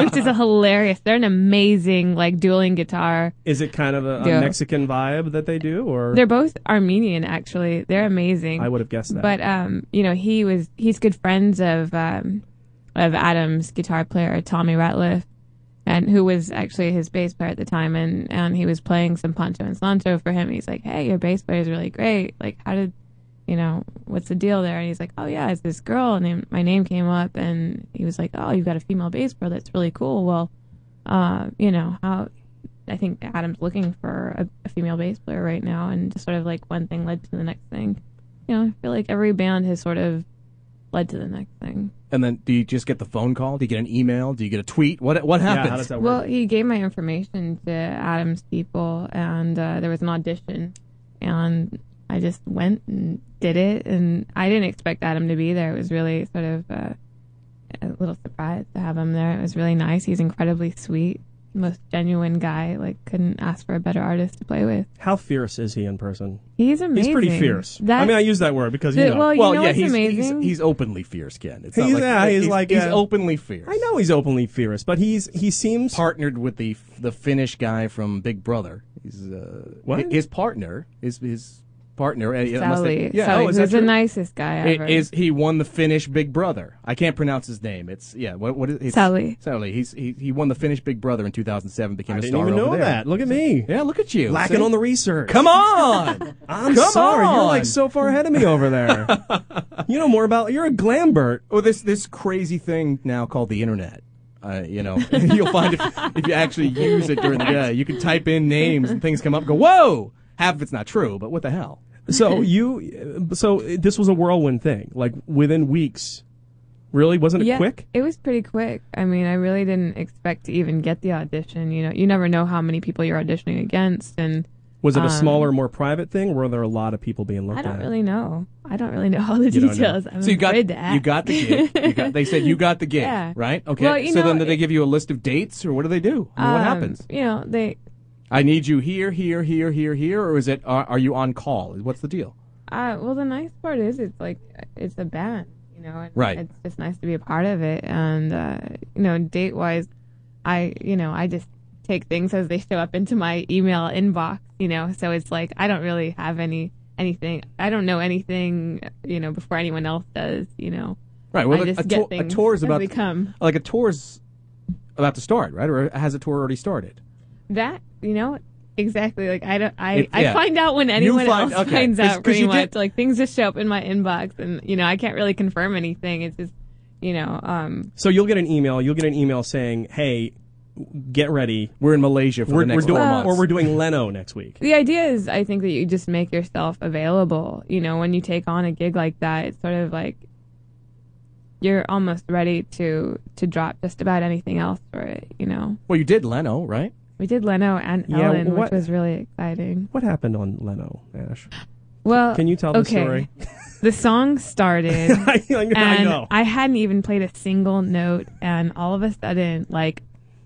Speaker 11: which is a hilarious. They're an amazing like dueling guitar
Speaker 4: Is it kind of a, a
Speaker 11: Yeah.
Speaker 4: Mexican vibe that they do, or
Speaker 11: they're both Armenian, actually. They're amazing.
Speaker 4: I would have guessed that.
Speaker 11: But um, you know, he was he's good friends of um, of Adam's guitar player Tommy Ratliff, and who was actually his bass player at the time, and and he was playing some Poncho and Slanto for him. He's like, hey, your bass player is really great. Like, how did you know what's the deal there? And he's like, oh yeah, it's this girl, and then my name came up, and he was like, oh, you've got a female bass player, that's really cool. Well, uh, you know how. I think Adam's looking for a, a female bass player right now, and just sort of like one thing led to the next thing you know, I feel like every band has sort of led to the next thing.
Speaker 5: And then do you just get the phone call? Do you get an email? Do you get a tweet? What what
Speaker 4: yeah,
Speaker 5: happens?
Speaker 4: how does that work?
Speaker 11: Well, he gave my information to Adam's people, and uh, there was an audition, and I just went and did it, and I didn't expect Adam to be there. It was really sort of uh, a little surprise to have him there. It was really nice. He's incredibly sweet, most genuine guy. Like, couldn't ask for a better artist to play with.
Speaker 4: How fierce is he in person?
Speaker 11: He's amazing.
Speaker 4: He's pretty fierce. I
Speaker 11: That's-
Speaker 4: mean, I use that word because you
Speaker 11: The-
Speaker 4: know.
Speaker 11: well, Oh, you
Speaker 5: well,
Speaker 11: know
Speaker 5: yeah,
Speaker 11: what's
Speaker 5: he's,
Speaker 11: amazing?
Speaker 5: he's he's openly fierce, Ken. It's not
Speaker 4: He's-
Speaker 5: like,
Speaker 4: yeah, he's like,
Speaker 5: he's
Speaker 4: uh,
Speaker 5: openly fierce.
Speaker 4: I know he's openly fierce, but he's he seems
Speaker 5: Partnered with the the Finnish guy from Big Brother. He's uh,
Speaker 4: What?
Speaker 5: his partner is his partner. uh, yeah, I must
Speaker 11: Sally.
Speaker 5: say- yeah,
Speaker 11: Sally,
Speaker 5: oh, is
Speaker 11: who's
Speaker 5: that
Speaker 11: the
Speaker 5: true?
Speaker 11: nicest guy
Speaker 5: It
Speaker 11: ever.
Speaker 5: is he won the Finnish Big Brother? I can't pronounce his name. It's yeah. What what is it's,
Speaker 11: Sally.
Speaker 5: Sally. He's he, he won the Finnish Big Brother in 2007. Became a
Speaker 4: I didn't
Speaker 5: star
Speaker 4: even know
Speaker 5: over there.
Speaker 4: that. Look at me.
Speaker 5: Yeah, look at you.
Speaker 4: Lacking
Speaker 5: See?
Speaker 4: on the research.
Speaker 5: Come on.
Speaker 4: I'm
Speaker 5: Come
Speaker 4: sorry. You're like
Speaker 5: on.
Speaker 4: so far ahead of me over there. you know more about you're a glambert.
Speaker 5: Well, Oh, this this crazy thing now called the internet. Uh, you know, you'll find if, if you actually use it during the day, you can type in names and things come up. And go, whoa! Half of it's not true, but what the hell?
Speaker 4: So you so this was a whirlwind thing. Like within weeks. Really? Wasn't it quick?
Speaker 11: It was pretty quick. I mean, I really didn't expect to even get the audition. You know, you never know how many people you're auditioning against, and
Speaker 4: Was it a
Speaker 11: Um,
Speaker 4: smaller, more private thing? Or were there a lot of people being looked
Speaker 11: I don't
Speaker 4: at?
Speaker 11: really know. I don't really know all the
Speaker 4: don't know.
Speaker 11: details. I'm
Speaker 5: So you got
Speaker 11: afraid to ask.
Speaker 5: you got the gig. You got, they said you got the gig,
Speaker 11: Yeah.
Speaker 5: right? Okay.
Speaker 11: Well, you
Speaker 5: so
Speaker 11: know,
Speaker 5: then did they
Speaker 11: it-
Speaker 5: give you a list of dates, or what do they do? I mean, what
Speaker 11: Um,
Speaker 5: happens?
Speaker 11: You know, they.
Speaker 5: I need you here, here, here, here, here, or is it? Are, are you on call? What's the deal?
Speaker 11: Uh, well, the nice part is it's like it's a band, you know. And
Speaker 5: Right.
Speaker 11: It's just nice to be a part of it, and uh, you know, date wise, I you know I just take things as they show up into my email inbox. You
Speaker 2: you know. So it's like I don't really have any anything. I don't know anything, you know, before anyone else does, you know.
Speaker 5: Right. Well,
Speaker 2: I
Speaker 5: a-
Speaker 2: just
Speaker 5: a,
Speaker 2: get
Speaker 5: tour, a
Speaker 2: things
Speaker 5: tour is
Speaker 2: as
Speaker 5: about
Speaker 2: they come.
Speaker 5: like a tour's about to start, right? Or has a tour already started?
Speaker 2: That you know exactly. Like I don't. I
Speaker 5: It- yeah.
Speaker 2: I find out when
Speaker 5: You
Speaker 2: anyone
Speaker 5: find-
Speaker 2: else
Speaker 5: okay.
Speaker 2: finds
Speaker 5: 'Cause-
Speaker 2: out
Speaker 5: 'cause
Speaker 2: pretty
Speaker 5: you
Speaker 2: much.
Speaker 5: did-
Speaker 2: Like things just show up in my inbox, and you know I can't really confirm anything. It's just you know. um
Speaker 4: So you'll get an email. You'll get an email saying, "Hey, get ready.
Speaker 5: We're in Malaysia
Speaker 4: for
Speaker 5: the next
Speaker 4: we're
Speaker 5: four
Speaker 4: doing,
Speaker 2: months."
Speaker 4: or we're doing Leno next week."
Speaker 2: The idea is, I think that you just make yourself available. You know, when you take on a gig like that, it's sort of like you're almost ready to to drop just about anything else for it. You know,
Speaker 5: Well, you did Leno, right?
Speaker 2: we did Leno and
Speaker 5: Yeah,
Speaker 2: Ellen,
Speaker 5: what-
Speaker 2: which was really exciting.
Speaker 4: What happened on Leno, Ash?
Speaker 2: Well,
Speaker 4: Can you tell the
Speaker 2: okay.
Speaker 4: story?
Speaker 2: The song started, and
Speaker 4: I know.
Speaker 2: I hadn't even played a single note, and all of a sudden, like,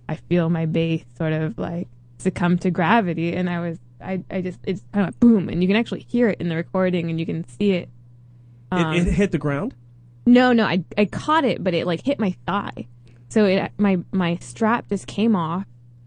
Speaker 2: I feel my bass sort of like succumb to gravity, and I was, I, I just, it's kind of boom, and you can actually hear it in the recording, and you can see it. Um,
Speaker 4: it, it hit the ground.
Speaker 2: no, no, I, I caught it, but it like hit my thigh, so it my my strap just came off.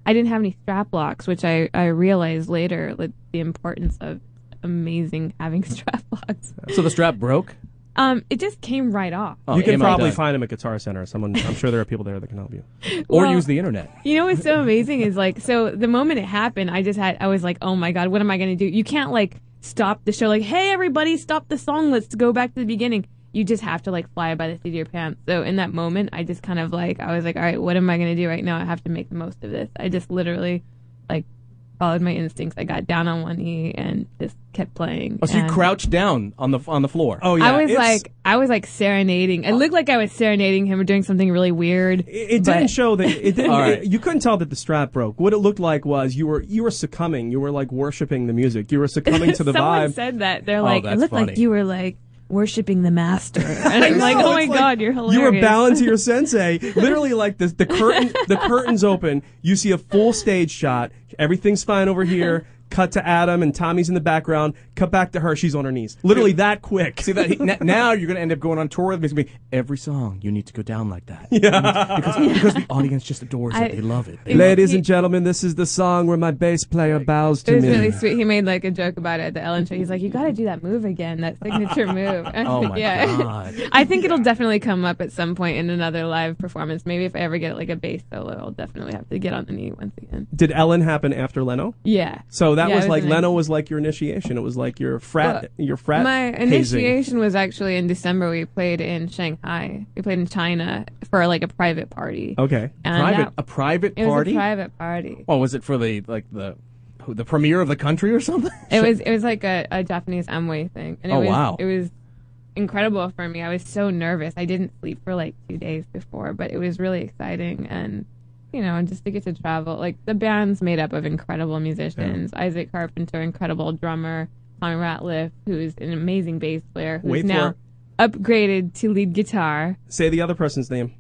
Speaker 2: I didn't have any strap locks, which I I realized later like the importance of amazing having strap locks.
Speaker 5: So the strap broke. Oh,
Speaker 2: Um, it just came right off.
Speaker 4: you
Speaker 5: am
Speaker 4: can
Speaker 5: I
Speaker 4: probably
Speaker 5: done?
Speaker 4: find him at Guitar Center. Someone, I'm sure there are people there that can help you.
Speaker 5: Or
Speaker 2: Well-
Speaker 5: use the internet.
Speaker 2: You know what's so amazing is like so the moment it happened, I just had I was like, oh my god, what am I gonna do? You can't like stop the show like, hey everybody, stop the song, let's go back to the beginning. You just have to like fly by the seat of your pants. So in that moment, I just kind of like I was like, all right, what am I gonna do right now? I have to make the most of this. I just literally like followed my instincts. I got down on one knee and just kept playing.
Speaker 5: Oh, so you
Speaker 2: And-
Speaker 5: crouched down on the on the floor. Oh
Speaker 2: I was like, I was like serenading. It looked like I was serenading him or doing something really weird.
Speaker 4: It didn't show that. It didn't.
Speaker 5: All right.
Speaker 4: it- you couldn't tell that the strap broke. What it looked like was you were you were succumbing. You were like worshiping the music. You were succumbing to the
Speaker 2: Someone
Speaker 4: vibe.
Speaker 2: said that they're
Speaker 4: Oh,
Speaker 2: like, it
Speaker 4: that's
Speaker 2: looked like
Speaker 4: funny.
Speaker 2: you were like worshiping the master. And I'm like,
Speaker 4: know,
Speaker 2: oh my
Speaker 4: it's like
Speaker 2: god, you're hilarious.
Speaker 4: You were bowing to your sensei. Literally, like the the curtain, the curtains open. You see a full stage shot. Everything's fine over here. Cut to Adam and Tommy's in the background. Cut back to her. She's on her knees. Literally that quick.
Speaker 5: See that he, n- now you're gonna end up going on tour with me. Every song you need to go down like that. because, because the audience just adores
Speaker 2: I-
Speaker 5: it. They love it. They
Speaker 4: Ladies and gentlemen, this is the song where my bass player bows
Speaker 2: It
Speaker 4: to
Speaker 2: was
Speaker 4: me.
Speaker 2: really sweet. He made like a joke about it at the Ellen show. He's like, "You got to do that move again, that signature move."
Speaker 5: Oh my
Speaker 2: yeah.
Speaker 5: God.
Speaker 2: I think it'll definitely come up at some point in another live performance. Maybe if I ever get like a bass solo, I'll definitely have to get on the knee once again.
Speaker 4: Did Ellen happen after Leno?
Speaker 2: Yeah.
Speaker 4: So that
Speaker 2: Yeah,
Speaker 4: was
Speaker 2: it was
Speaker 4: like
Speaker 2: an-
Speaker 4: Leno was like your initiation. It was like your frat, your frat.
Speaker 2: My
Speaker 4: hazing.
Speaker 2: initiation was actually in December. We played in Shanghai. We played in China for like a private party.
Speaker 4: Okay.
Speaker 2: And
Speaker 5: private
Speaker 2: that-
Speaker 5: a private
Speaker 2: It was
Speaker 5: party.
Speaker 2: a private party.
Speaker 5: Well, was it for the like the who- the premiere of the country or something?
Speaker 2: It was it was like a, a Japanese Amway thing. And it
Speaker 5: Oh,
Speaker 2: was,
Speaker 5: wow.
Speaker 2: It was incredible for me. I was so nervous. I didn't sleep for like two days before, but it was really exciting and you know, and just to get to travel. Like the band's made up of incredible musicians. Isaac Carpenter, incredible drummer, Tommy Ratliff, who's an amazing bass player, who's
Speaker 4: Wait for
Speaker 2: now
Speaker 4: it.
Speaker 2: upgraded to lead guitar.
Speaker 4: Say the other person's name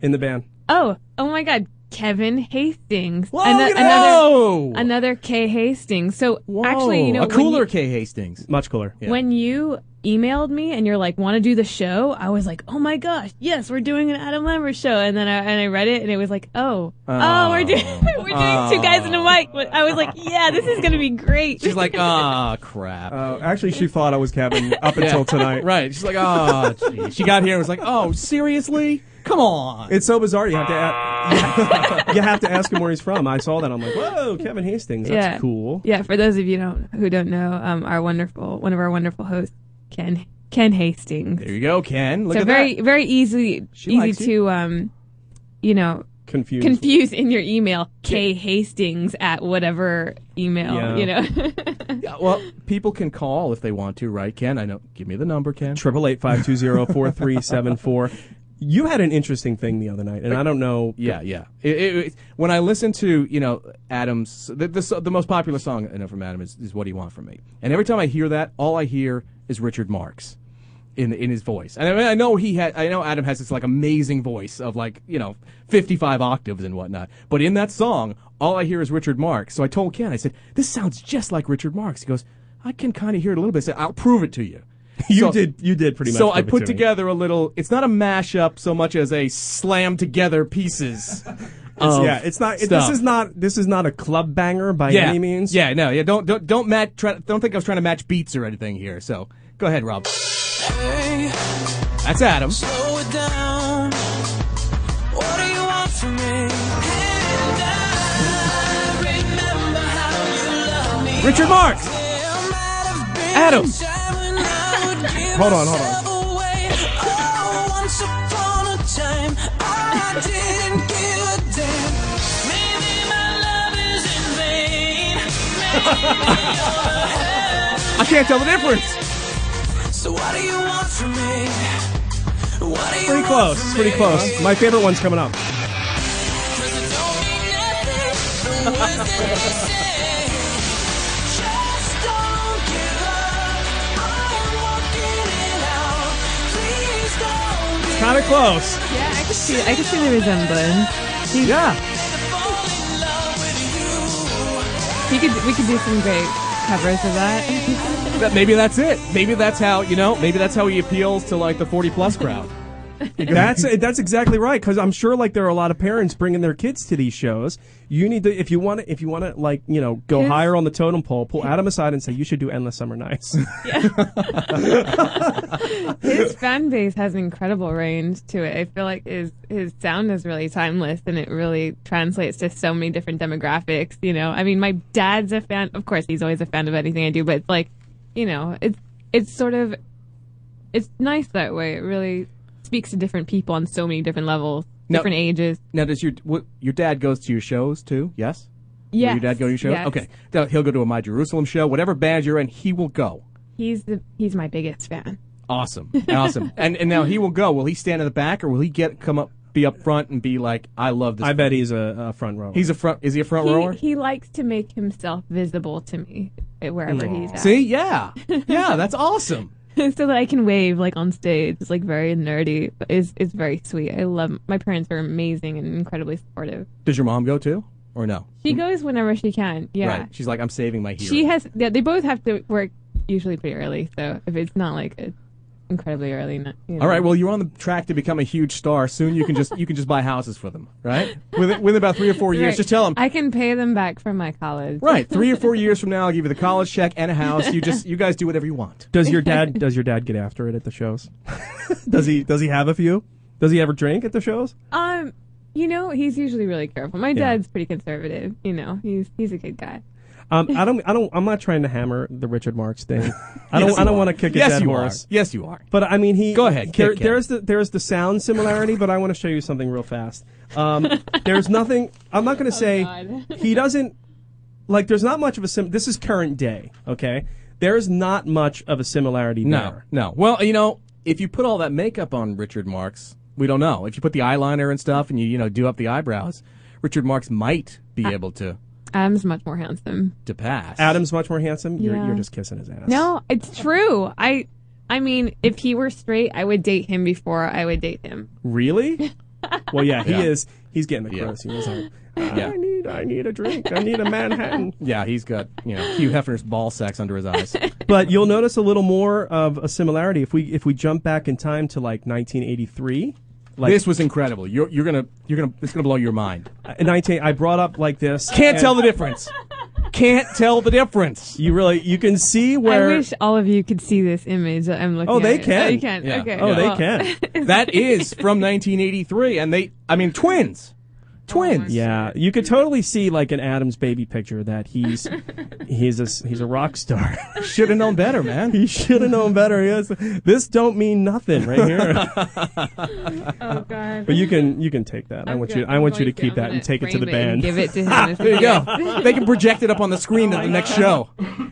Speaker 4: in the band.
Speaker 2: Oh, oh my God, Kevin Hastings.
Speaker 5: Whoa,
Speaker 2: Ano-
Speaker 5: look at
Speaker 2: another,
Speaker 5: that. Oh!
Speaker 2: another K Hastings. So actually, you know,
Speaker 5: a
Speaker 2: when
Speaker 5: cooler
Speaker 2: you-
Speaker 5: K Hastings.
Speaker 4: Much cooler.
Speaker 2: When you emailed me and you're like, want to do the show? I was like, oh my gosh, yes, we're doing an Adam Lambert show. And then I, and I read it and it was like, oh, oh, we're doing we're doing two guys in a mic. But I was like, yeah, this is gonna be great.
Speaker 5: She's like, ah, crap.
Speaker 4: Uh, actually, she thought I was Kevin up until tonight.
Speaker 5: Right. She's like, ah, oh, she got here and was like, oh, seriously? Come on.
Speaker 4: It's so bizarre. You have to a- you have to ask him where he's from. I saw that. I'm like, whoa, Kevin Hastings. That's
Speaker 2: yeah,
Speaker 4: cool.
Speaker 2: Yeah, for those of you don't who don't know, um, our wonderful one of our wonderful hosts, Ken Ken Hastings.
Speaker 5: There you go, Ken. Look
Speaker 2: so
Speaker 5: at
Speaker 2: very
Speaker 5: that.
Speaker 2: very easy
Speaker 5: She
Speaker 2: easy
Speaker 5: likes
Speaker 2: to
Speaker 5: you.
Speaker 2: um you know
Speaker 4: Confused.
Speaker 2: confuse in your email k hastings at whatever email
Speaker 5: Yeah.
Speaker 2: you know
Speaker 5: Yeah, well, people can call if they want to, right, Ken? I know. Give me the number, Ken.
Speaker 4: Triple eight five two zero four three seven four. You had an interesting thing the other night, and I don't know.
Speaker 5: Yeah, yeah. It, it, it- when I listen to you know Adam's the, the so- the most popular song I know from Adam is, is "What Do You Want From Me," and every time I hear that, all I hear is Richard Marx in in his voice. And I, mean, I know he had I know Adam has this like amazing voice of like you know fifty five octaves and whatnot, but in that song, all I hear is Richard Marx. So I told Ken, I said, "This sounds just like Richard Marx." He goes, "I can kind of hear it a little bit." I said, "I'll prove it to you."
Speaker 4: You
Speaker 5: So-
Speaker 4: did. You did pretty much.
Speaker 5: so
Speaker 4: give
Speaker 5: I
Speaker 4: it
Speaker 5: put
Speaker 4: to me.
Speaker 5: together a little. It's not a mashup so much as a slam together pieces
Speaker 4: It's- yeah, it's not. It, this
Speaker 5: stuff.
Speaker 4: is not. This is not a club banger by
Speaker 5: yeah.
Speaker 4: any means.
Speaker 5: Yeah, no, yeah. Don't don't don't match. Try, don't think I was trying to match beats or anything here. So go ahead, Rob. That's Adam.
Speaker 2: Slow it down. What do you want from me? And I remember how you loved me.
Speaker 5: Richard Marks. Adam.
Speaker 2: hold
Speaker 5: Hold on, hold on.
Speaker 2: Oh, Once upon a time, I didn't give a damn. Maybe my love is in vain. Maybe you're hurt.
Speaker 5: I can't tell the difference.
Speaker 2: So what do you want from me? What do you
Speaker 4: Pretty
Speaker 2: want
Speaker 4: close. It's pretty close. My favorite one's coming up. Kind of close.
Speaker 11: Yeah, I can see. I can see the resemblance. He-
Speaker 5: Yeah.
Speaker 11: He could. We could do some great covers of that.
Speaker 5: That- maybe that's it. Maybe that's how you know. Maybe that's how he appeals to like the forty plus crowd.
Speaker 4: That's that's exactly right. Because I'm sure like there are a lot of parents bringing their kids to these shows. You need to if you want to if you want to like you know go
Speaker 11: Here's-
Speaker 4: higher on the totem pole, pull Adam aside and say you should do endless summer nights.
Speaker 11: his fan base has an incredible range to it. I feel like his his sound is really timeless and it really translates to so many different demographics, you know. I mean, my dad's a fan. Of course, he's always a fan of anything I do, but it's like, you know, it's it's sort of it's nice that way. It really speaks to different people on so many different levels,
Speaker 5: Now-
Speaker 11: different ages.
Speaker 5: Now, does your what, your dad goes to your shows too? Yes. Will
Speaker 11: Yeah.
Speaker 5: Your dad go to your shows? Okay. Now, he'll go to a My Jerusalem show. Whatever band you're in, he will go.
Speaker 11: He's the he's my biggest fan.
Speaker 5: Awesome. Awesome. and and now he will go. Will he stand in the back or will he get come up be up front and be like, I love this.
Speaker 4: I bet he's a, a front row.
Speaker 5: He's a front. Is he a front rower?
Speaker 11: He, he likes to make himself visible to me eh,
Speaker 4: Mm.
Speaker 11: wherever he's at.
Speaker 5: See, yeah, yeah, that's awesome.
Speaker 11: so that I can wave like on stage. It's like very nerdy, but it's it's very sweet. I love my parents are amazing and incredibly supportive.
Speaker 5: Does your mom go too, or no?
Speaker 11: She goes whenever she can. Yeah,
Speaker 5: Right. She's like, I'm saving my hero.
Speaker 11: she has. Yeah, they both have to work usually pretty early. So if it's not like it's incredibly early, not, you know.
Speaker 5: All right. Well, you're on the track to become a huge star soon. You can just you can just buy houses for them, right? Within, within about three or four years,
Speaker 11: Right.
Speaker 5: just tell them.
Speaker 11: I can pay them back from my college.
Speaker 5: Right, three or four years from now, I'll give you the college check and a house. You just you guys do whatever you want.
Speaker 4: does your dad does your dad get after it at the shows? does he does he have a few? Does he ever drink at the shows?
Speaker 11: Um, you know, he's usually really careful. My dad's pretty conservative. You know, he's he's a good guy.
Speaker 4: Um, I don't I don't I'm not trying to hammer the Richard Marks thing. I don't
Speaker 5: Yes,
Speaker 4: I
Speaker 5: you
Speaker 4: don't
Speaker 5: are.
Speaker 4: want to kick a
Speaker 5: yes,
Speaker 4: dead
Speaker 5: you
Speaker 4: horse.
Speaker 5: Are. Yes, you are.
Speaker 4: But I mean, he.
Speaker 5: Go ahead,
Speaker 4: There,
Speaker 5: Kit Kat.
Speaker 4: there's the there's the sound similarity, but I want to show you something real fast. Um, there's nothing. I'm not going to say
Speaker 11: Oh, God.
Speaker 4: he doesn't. Like, there's not much of a sim. This is current day. Okay, there is not much of a similarity
Speaker 5: No,
Speaker 4: there.
Speaker 5: no. Well, you know, if you put all that makeup on Richard Marks, we don't know. If you put the eyeliner and stuff, and you you know do up the eyebrows, Richard Marks might be able to
Speaker 11: Adam's much more handsome.
Speaker 5: to pass.
Speaker 4: Adam's much more handsome. You're,
Speaker 11: Yeah.
Speaker 4: you're just kissing his ass.
Speaker 11: No, it's true. I I mean, if he were straight, I would date him before I would date him.
Speaker 4: really? Well, yeah, he
Speaker 5: Yeah.
Speaker 4: is. He's getting the
Speaker 5: Yeah.
Speaker 4: gross. He's like, I
Speaker 5: Yeah.
Speaker 4: need, I need a drink. I need a Manhattan.
Speaker 5: Yeah, he's got you know Hugh Hefner's ball sacks under his eyes.
Speaker 4: but you'll notice a little more of a similarity if we if we jump back in time to like 1983. Like
Speaker 5: this was incredible. You're you're gonna you're gonna it's gonna blow your mind.
Speaker 4: in 19 I brought up like
Speaker 11: Oh,
Speaker 4: this.
Speaker 5: Can't
Speaker 4: and
Speaker 5: tell the difference. Can't tell the difference.
Speaker 4: You really you can see where
Speaker 11: I wish all of you could see this image that I'm looking
Speaker 4: Oh,
Speaker 11: at.
Speaker 4: they can.
Speaker 11: Oh, you can.
Speaker 5: Yeah.
Speaker 11: Okay.
Speaker 4: Oh, they
Speaker 11: well,
Speaker 4: can.
Speaker 5: That is from 1983, and they I mean twins, twins.
Speaker 4: Yeah, you could totally see like an Adams baby picture that he's he's a s- he's a rock star.
Speaker 5: should have known better, man.
Speaker 4: he should have known better. Yes. This don't mean nothing right here.
Speaker 11: Oh, God. Oh,
Speaker 4: but you can you can take that. i want you I want you to keep that and take it to the band.
Speaker 11: Give it to him.
Speaker 5: There you go. They can project it up on the screen at the next show.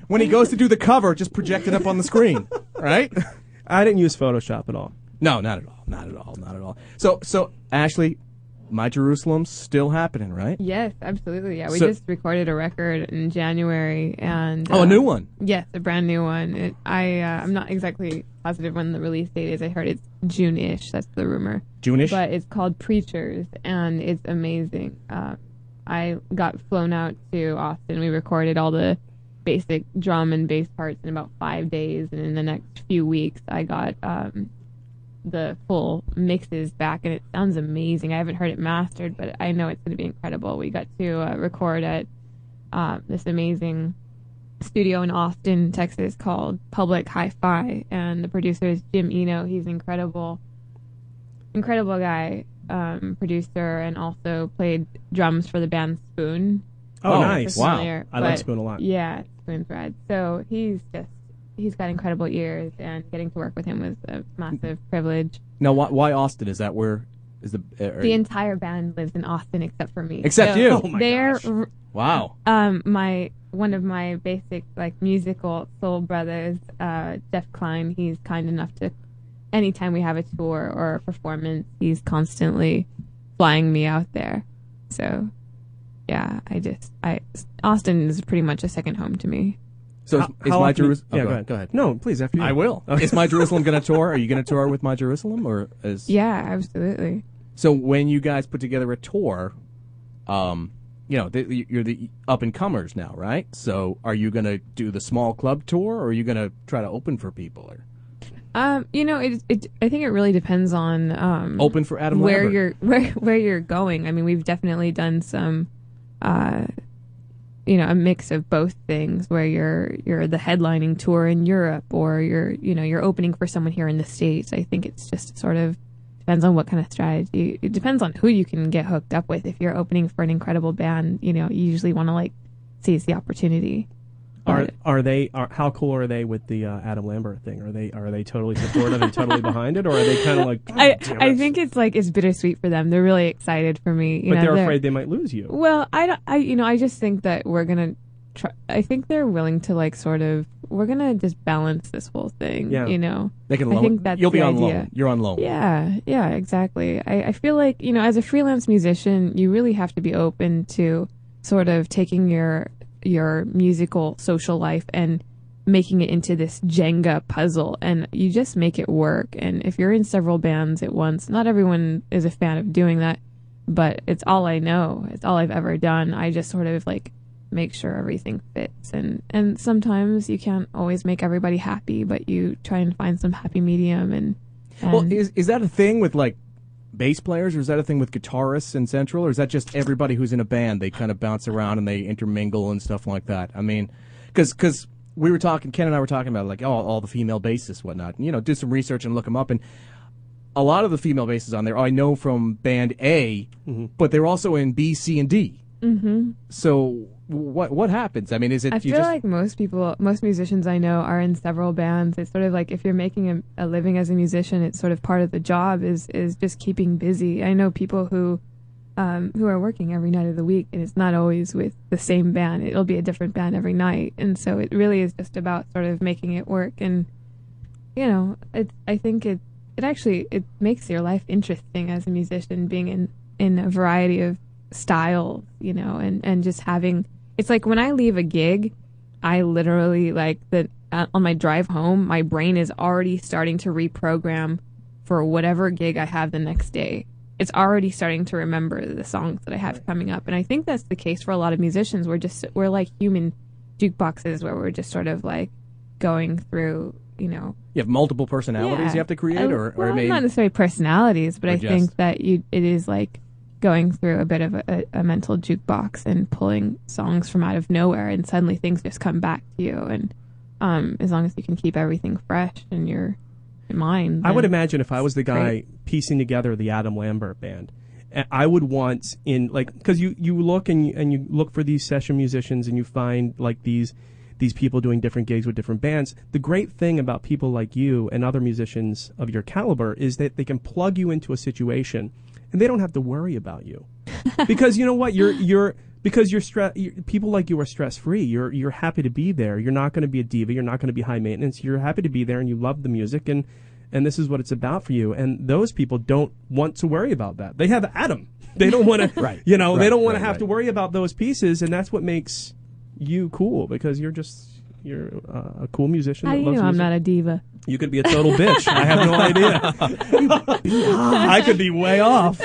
Speaker 5: When he goes to do the cover, just project it up on the screen, right?
Speaker 4: I didn't use Photoshop at all.
Speaker 5: No, not at all. Not at all. Not at all. So so Ashley, my Jerusalem's still happening, right?
Speaker 11: Yes, absolutely. Yeah, we
Speaker 5: So-
Speaker 11: just recorded a record in January, and
Speaker 5: Oh, a
Speaker 11: uh,
Speaker 5: new one.
Speaker 11: Yes, a brand new one. It, I uh, I'm not exactly positive when the release date is. I heard it's June-ish. That's the rumor.
Speaker 5: June-ish?
Speaker 11: But it's called Preachers, and it's amazing. Uh, I got flown out to Austin. We recorded all the basic drum and bass parts in about five days, and in the next few weeks, I got um, the full mixes back, and it sounds amazing. I haven't heard it mastered, but I know it's going to be incredible. We got to uh, record at uh, this amazing studio in Austin, Texas, called Public Hi-Fi, and the producer is Jim Eno. He's incredible, incredible guy, um, producer, and also played drums for the band Spoon.
Speaker 4: Oh,
Speaker 11: If you're
Speaker 4: nice. Wow.
Speaker 11: familiar,
Speaker 4: I like
Speaker 11: but-
Speaker 4: Spoon a lot.
Speaker 11: Yeah, Spoon's rad. So he's just he's got incredible ears, and getting to work with him was a massive privilege.
Speaker 5: Now, why, why Austin? Is that where is the? Uh, are
Speaker 11: The
Speaker 5: you-
Speaker 11: entire band lives in Austin except for me.
Speaker 5: Except
Speaker 11: So
Speaker 5: you. Oh my
Speaker 11: they're r-
Speaker 5: wow.
Speaker 11: um, my one of my basic like musical soul brothers, uh, Jeff Klein. He's kind enough to, anytime we have a tour or a performance, he's constantly flying me out there. So, yeah, I just I Austin is pretty much a second home to me.
Speaker 5: So is,
Speaker 11: How-
Speaker 5: is
Speaker 11: how
Speaker 5: my
Speaker 11: often-
Speaker 5: Jerusalem?
Speaker 11: yeah,
Speaker 5: go,
Speaker 11: go
Speaker 5: ahead.
Speaker 11: ahead.
Speaker 5: Go ahead.
Speaker 4: Oh, No, please. After you,
Speaker 5: I will.
Speaker 4: Okay.
Speaker 5: Is my Jerusalem going to tour? Are you going to tour with my Jerusalem or is?
Speaker 11: Yeah, absolutely.
Speaker 5: So when you guys put together a tour, um, you know, the, you're the up and comers now, right? So are you going to do the small club tour, or are you going to try to open for people, or
Speaker 11: Um, you know, it, it. I think it really depends on um,
Speaker 5: Open for Adam
Speaker 11: where
Speaker 5: Lambert.
Speaker 11: you're where where you're going. I mean, we've definitely done some, uh, you know, a mix of both things where you're you're the headlining tour in Europe or you're you know you're opening for someone here in the states. I think it's just sort of depends on what kind of strategy. It depends on who you can get hooked up with. If you're opening for an incredible band, you know, you usually want to like seize the opportunity.
Speaker 4: Are are they? Are, how cool are they with the uh, Adam Lambert thing? Are they are they totally supportive and totally behind it, or are they kind of like? "God
Speaker 11: I,
Speaker 4: damn
Speaker 11: I
Speaker 4: it."
Speaker 11: think it's like it's bittersweet for them. They're really excited for me. You
Speaker 4: but
Speaker 11: know,
Speaker 4: they're afraid they might lose you.
Speaker 11: Well, I don't. I you know I just think that we're gonna. Try, I think they're willing to like sort of. We're gonna just balance this whole thing.
Speaker 5: Yeah.
Speaker 11: You know.
Speaker 5: They can
Speaker 11: I
Speaker 5: loan-
Speaker 11: think that's
Speaker 5: you'll be
Speaker 11: the
Speaker 5: on loan.
Speaker 11: idea.
Speaker 5: You're on loan.
Speaker 11: Yeah. Yeah. Exactly. I, I feel like you know as a freelance musician, you really have to be open to sort of taking your your musical social life and making it into this Jenga puzzle and you just make it work. And if you're in several bands at once, not everyone is a fan of doing that, but it's all I know. It's all I've ever done. I just sort of like make sure everything fits and and sometimes you can't always make everybody happy, but you try and find some happy medium and, and
Speaker 5: Well, is is that a thing with like bass players, or is that a thing with guitarists in Central, or is that just everybody who's in a band? They kind of bounce around and they intermingle and stuff like that. I mean, because we were talking, Ken and I were talking about like oh, all the female bassists, whatnot. And, you know, do some research and look them up, and a lot of the female bassists on there I know from band A,
Speaker 11: Mm-hmm.
Speaker 5: but they're also in B, C, and D.
Speaker 11: Mhm.
Speaker 5: So what what happens? I mean, is it
Speaker 11: I
Speaker 5: you
Speaker 11: feel
Speaker 5: just
Speaker 11: like most people, most musicians I know are in several bands. It's sort of like if you're making a, a living as a musician, it's sort of part of the job is is just keeping busy. I know people who um, who are working every night of the week, and it's not always with the same band. It'll be a different band every night, and so it really is just about sort of making it work. And you know, it, I think it it actually it makes your life interesting as a musician, being in in a variety of styles, you know, and and just having. It's like when I leave a gig, I literally like the uh, on my drive home, my brain is already starting to reprogram for whatever gig I have the next day. It's already starting to remember the songs that I have coming up, and I think that's the case for a lot of musicians. We're just we're like human jukeboxes where we're just sort of like going through, you know,
Speaker 5: you have multiple personalities
Speaker 11: yeah.
Speaker 5: you have to create,
Speaker 11: I-
Speaker 5: or or
Speaker 11: well,
Speaker 5: maybe
Speaker 11: not necessarily personalities, but
Speaker 5: Or
Speaker 11: I
Speaker 5: just-
Speaker 11: think that you it is like going through a bit of a, a, a mental jukebox and pulling songs from out of nowhere, and suddenly things just come back to you. And um, as long as you can keep everything fresh in your mind,
Speaker 4: I would
Speaker 11: then-
Speaker 4: imagine if I was the guy
Speaker 11: Great.
Speaker 4: piecing together the Adam Lambert band, a- I would want in like because you you look and you, and you look for these session musicians and you find like these these people doing different gigs with different bands. The great thing about people like you and other musicians of your caliber is that they can plug you into a situation and they don't have to worry about you because you know what you're you're because you're stress people like you are stress free you're you're happy to be there you're not going to be a diva you're not going to be high maintenance you're happy to be there and you love the music and and this is what it's about for you and those people don't want to worry about that they have adam they don't want to
Speaker 5: Right.
Speaker 4: you know
Speaker 5: Right,
Speaker 4: they don't want
Speaker 5: right,
Speaker 4: to have
Speaker 5: right.
Speaker 4: to worry about those pieces and that's what makes you cool because you're just you're uh, a cool musician
Speaker 11: How
Speaker 4: that
Speaker 11: do you
Speaker 4: loves
Speaker 11: know I'm
Speaker 4: music.
Speaker 11: not a diva?
Speaker 4: you could be a total bitch i have no idea i could be way off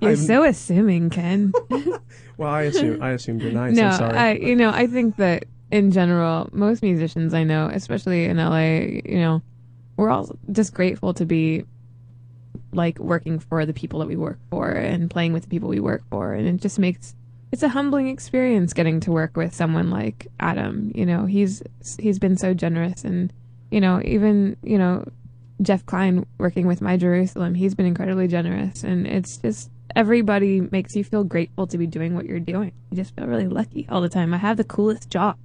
Speaker 11: You're so assuming, Ken.
Speaker 4: well i assume i assumed you're nice
Speaker 11: no,
Speaker 4: i'm sorry
Speaker 11: I you know I think that in general, most musicians I know, especially in LA, you know, we're all just grateful to be like working for the people that we work for and playing with the people we work for and it just makes it's a humbling experience getting to work with someone like Adam you know he's he's been so generous and you know even you know Jeff Klein working with my Jerusalem he's been incredibly generous and it's just everybody makes you feel grateful to be doing what you're doing you just feel really lucky all the time I have the coolest job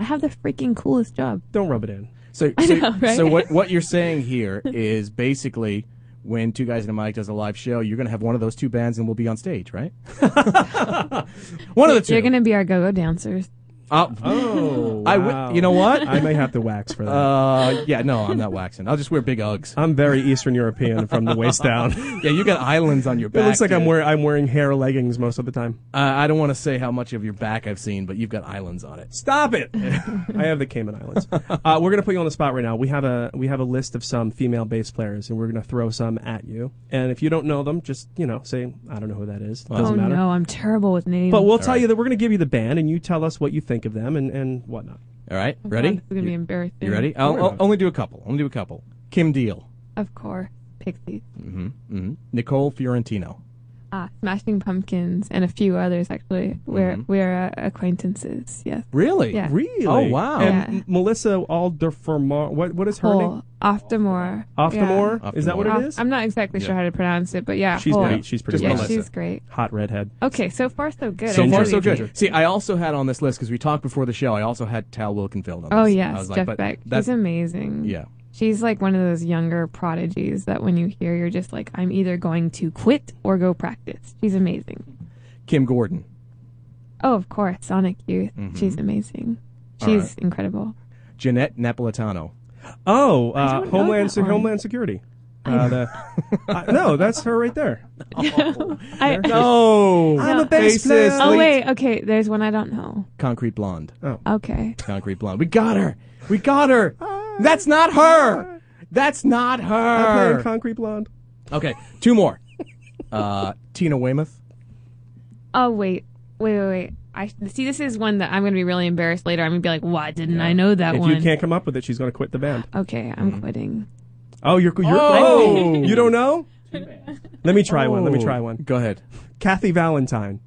Speaker 11: I have the freaking coolest job
Speaker 4: don't rub it in
Speaker 5: So,
Speaker 11: I
Speaker 5: so,
Speaker 11: know, right?
Speaker 5: so what what you're saying here is basically when two guys and a mic does a live show, you're going to have one of those two bands and we'll be on stage, right? one of the two.
Speaker 11: you're gonna be our go-go dancers
Speaker 5: I'll-
Speaker 4: Oh,
Speaker 5: I would-
Speaker 4: wow.
Speaker 5: you know what?
Speaker 4: I may have to wax for that.
Speaker 5: Uh, yeah, no, I'm not waxing. I'll just wear big Uggs.
Speaker 4: I'm very Eastern European from the waist down.
Speaker 5: yeah, you got islands on your
Speaker 4: It
Speaker 5: back.
Speaker 4: looks like I'm
Speaker 5: dude.
Speaker 4: wearing I'm wearing hair leggings most of the time.
Speaker 5: Uh, I don't want to say how much of your back I've seen, but you've got islands on it.
Speaker 4: Stop it! I have the Cayman Islands. Uh, we're gonna put you on the spot right now. We have a we have a list of some female bass players, and we're gonna throw some at you. And if you don't know them, just you know say I don't know who that is. It
Speaker 11: oh
Speaker 4: Doesn't matter.
Speaker 11: no I'm terrible with names
Speaker 4: But we'll tell you that we're gonna give you the band, and you tell us what you think of them and and whatnot.
Speaker 5: All right,
Speaker 11: Oh, God,
Speaker 5: ready?
Speaker 11: this is gonna be
Speaker 5: You-
Speaker 11: embarrassing
Speaker 5: You ready? I'll,
Speaker 4: Sure.
Speaker 5: I'll only do a couple. Only do a couple. Kim Deal,
Speaker 11: of course Pixies
Speaker 5: hmm hmm Nicole Fiorentino,
Speaker 11: Ah, Smashing Pumpkins and a few others actually. We're
Speaker 4: Mm-hmm.
Speaker 5: Mhm.
Speaker 11: we're uh, acquaintances. Yes.
Speaker 5: Really?
Speaker 11: Yeah.
Speaker 4: Really?
Speaker 5: Oh, wow.
Speaker 4: And
Speaker 11: Yeah.
Speaker 4: M- Melissa Alderfermar. What what is her name?
Speaker 11: Hole. Oftamore.
Speaker 4: Oftamore.
Speaker 5: Yeah.
Speaker 4: Is that what
Speaker 11: Yeah.
Speaker 4: it
Speaker 11: Off-
Speaker 4: is?
Speaker 11: Um, I'm not exactly sure
Speaker 5: Yeah.
Speaker 11: how to pronounce it, but yeah.
Speaker 4: She's
Speaker 11: Hole.
Speaker 4: pretty- she's pretty
Speaker 11: Yeah,
Speaker 5: Melissa.
Speaker 11: she's great.
Speaker 4: Hot redhead.
Speaker 11: Okay, so far so good.
Speaker 5: So
Speaker 11: I
Speaker 5: far,
Speaker 11: believe
Speaker 5: so
Speaker 11: you.
Speaker 5: good. See, I also had on this list because we talked before the show. I also had Tal Wilkenfeld on. This.
Speaker 11: Oh
Speaker 5: I
Speaker 11: yes,
Speaker 5: was like,
Speaker 11: Jeff
Speaker 5: but
Speaker 11: Beck.
Speaker 5: That's
Speaker 11: She's amazing.
Speaker 5: yeah.
Speaker 11: She's like one of those younger prodigies that when you hear, you're just like, I'm either going to quit or go practice. She's amazing.
Speaker 5: Kim Gordon,
Speaker 11: Oh, of course, Sonic Youth. She's amazing.
Speaker 5: Mm-hmm. All right.
Speaker 11: She's incredible.
Speaker 5: Jeanette Napolitano.
Speaker 4: Oh, uh,
Speaker 11: don't know
Speaker 4: Homeland
Speaker 11: that
Speaker 4: Se-
Speaker 11: one.
Speaker 4: Homeland Security. Uh, the, uh, no, that's her right there.
Speaker 11: I-
Speaker 5: No,
Speaker 4: I'm a bass player.
Speaker 11: oh wait, okay. There's one I don't know.
Speaker 5: Concrete Blonde.
Speaker 4: Oh.
Speaker 11: Okay.
Speaker 5: Concrete Blonde. We got her. We got her. That's not her. That's not
Speaker 4: I'm playing
Speaker 5: her.
Speaker 4: Concrete Blonde.
Speaker 5: Okay, two more. Uh, Tina Weymouth.
Speaker 11: Oh wait, wait, wait, wait. I see. This is one that I'm gonna be really embarrassed later. I'm gonna be like, why didn't I know that
Speaker 4: If
Speaker 11: one? Uh,
Speaker 4: you can't come up with it, she's going to quit the band.
Speaker 11: okay, I'm
Speaker 5: Mm-hmm.
Speaker 11: quitting.
Speaker 4: Oh, you're you're
Speaker 5: Oh!
Speaker 4: you don't know?
Speaker 6: Two bands.
Speaker 4: Let me try one. Let me
Speaker 5: Oh,
Speaker 4: try one.
Speaker 5: Go ahead.
Speaker 4: Kathy Valentine.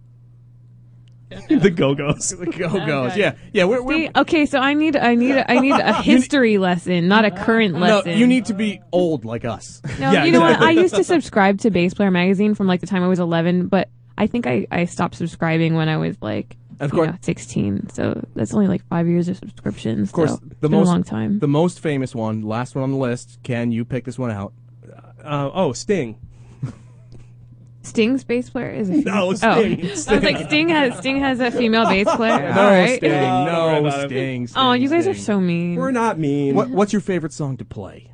Speaker 4: the Go Go's.
Speaker 5: Go goes. Yeah, yeah. We're, we're,
Speaker 11: See, okay, so I need, I need, I need a history lesson, not a current
Speaker 5: no,
Speaker 11: lesson.
Speaker 5: you need to be old like us.
Speaker 11: No,
Speaker 4: Yeah,
Speaker 11: you know
Speaker 4: exactly.
Speaker 11: what? I used to subscribe to Bass Player magazine from like the time I was 11, but I think I, I stopped subscribing when I was like.
Speaker 5: Of
Speaker 11: you
Speaker 5: course-
Speaker 11: know, 16. So that's only like five years of subscriptions. Of
Speaker 5: course,
Speaker 11: so
Speaker 5: the
Speaker 11: it's been
Speaker 5: most-
Speaker 11: a long time.
Speaker 5: The most famous one, last one on the list. Can you pick this one out?
Speaker 4: Uh, oh, Sting.
Speaker 11: Sting's bass player is a female.
Speaker 4: No,
Speaker 11: Oh.
Speaker 4: Sting.
Speaker 11: I was like, Sting has Sting has a female bass player.
Speaker 5: No,
Speaker 11: All right.
Speaker 5: Sting.
Speaker 4: Yeah, don't worry
Speaker 5: No,
Speaker 4: about it.
Speaker 5: Sting. Sting
Speaker 11: Oh, you guys are
Speaker 5: Sting.
Speaker 11: so mean.
Speaker 4: We're not mean.
Speaker 5: What, what's your favorite song to play?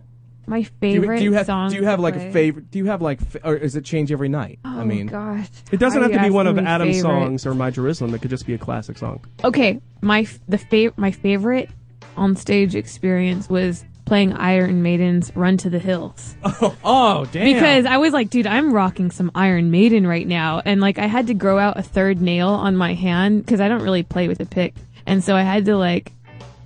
Speaker 5: Do
Speaker 11: My
Speaker 5: you,
Speaker 11: favorite
Speaker 5: do you have
Speaker 11: song.
Speaker 5: do you have
Speaker 11: to
Speaker 5: like
Speaker 11: play.
Speaker 5: a favorite? Do you have like fa- or is it change every night?
Speaker 11: Oh
Speaker 5: I mean,
Speaker 11: gosh.
Speaker 4: It doesn't
Speaker 11: Why
Speaker 4: have
Speaker 11: are
Speaker 4: to be
Speaker 11: you
Speaker 4: one of
Speaker 11: asking me
Speaker 4: Adam's
Speaker 11: favorite?
Speaker 4: songs or My Jerusalem. It could just be a classic song.
Speaker 11: Okay, my f- the fav- my favorite on stage experience was playing Iron Maiden's Run to the Hills.
Speaker 5: oh damn!
Speaker 11: because I was like, dude, I'm rocking some Iron Maiden right now, and like I had to grow out a third nail on my hand because I don't really play with a pick, and so I had to like,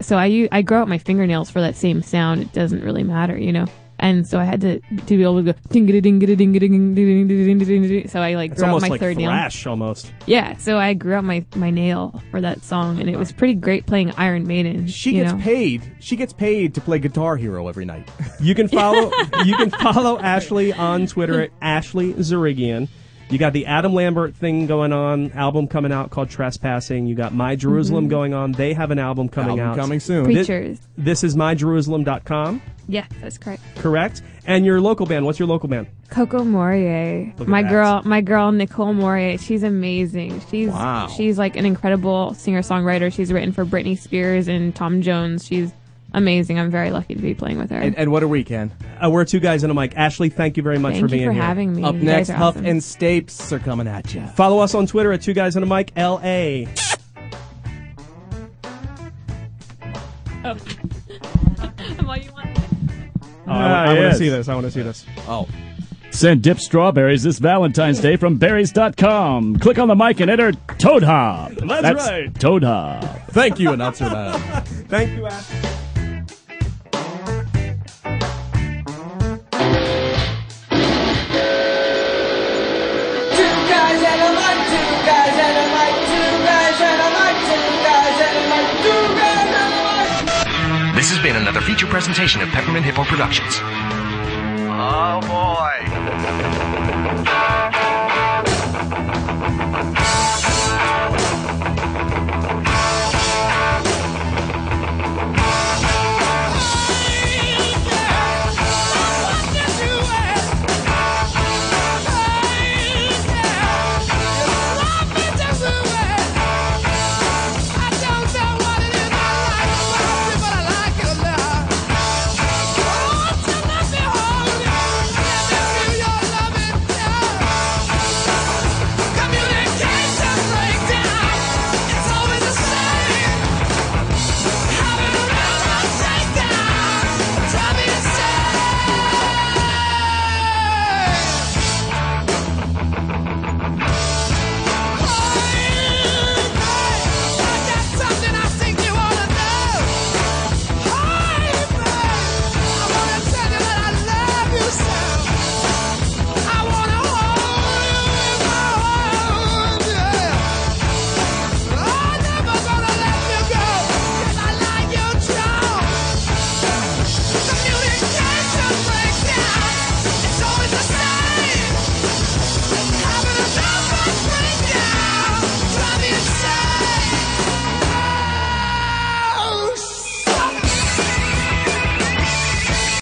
Speaker 11: so I u- I grow out my fingernails for that same sound. It doesn't really matter, you know. And so I had to to be able to go ding ding ding ding ding ding ding ding ding ding. So I like
Speaker 4: It's
Speaker 11: grew out
Speaker 4: almost
Speaker 11: my
Speaker 4: like
Speaker 11: third nail.
Speaker 4: thrash, almost.
Speaker 11: Yeah, so I grew out my my nail for that song, and it was pretty great playing Iron Maiden.
Speaker 5: she
Speaker 11: you
Speaker 5: gets
Speaker 11: know?
Speaker 5: paid. She gets paid to play Guitar Hero every night.
Speaker 4: You can follow you can follow Ashley on Twitter at Ashley Zarigian. You got the Adam Lambert thing going on, album coming out called Trespassing. You got My Jerusalem going on. They have an album coming
Speaker 5: Album
Speaker 4: out.
Speaker 5: coming soon.
Speaker 4: Thi-
Speaker 11: Mm-hmm. Preachers.
Speaker 4: This, is myjerusalem.com,
Speaker 11: Yeah, that's correct.
Speaker 4: correct? And your local band, what's your local band?
Speaker 11: Coco Morier,
Speaker 4: Look at
Speaker 11: my
Speaker 4: that.
Speaker 11: girl, my girl Nicole Morier. She's amazing. She's
Speaker 5: Wow.
Speaker 11: she's like an incredible singer songwriter. She's written for Britney Spears and Tom Jones. She's amazing. I'm very lucky to be playing with her.
Speaker 5: And, and what are we, Ken?
Speaker 4: Uh, we're two guys and a mic. Ashley, thank you very much for
Speaker 11: Thank you
Speaker 4: being
Speaker 11: for
Speaker 4: here.
Speaker 11: having me.
Speaker 5: Up
Speaker 11: You
Speaker 5: next,
Speaker 11: guys are
Speaker 5: Huff
Speaker 11: awesome.
Speaker 5: and Stapes are coming at you.
Speaker 4: follow us on Twitter at Two Guys and a Mic LA.
Speaker 11: Well, you want-
Speaker 4: Oh, I,
Speaker 12: Ah,
Speaker 4: want
Speaker 12: yes.
Speaker 4: to see this. I want to see this.
Speaker 5: Oh,
Speaker 12: Send dip strawberries this Valentine's Day from berries.com. Click on the mic and enter Toad Hop.
Speaker 4: That's right.
Speaker 12: Toad Hop.
Speaker 5: thank you, announcer. Man.
Speaker 4: Thank you, Ashley.
Speaker 5: This has been another feature presentation of Peppermint Hippo Productions.
Speaker 13: Oh boy.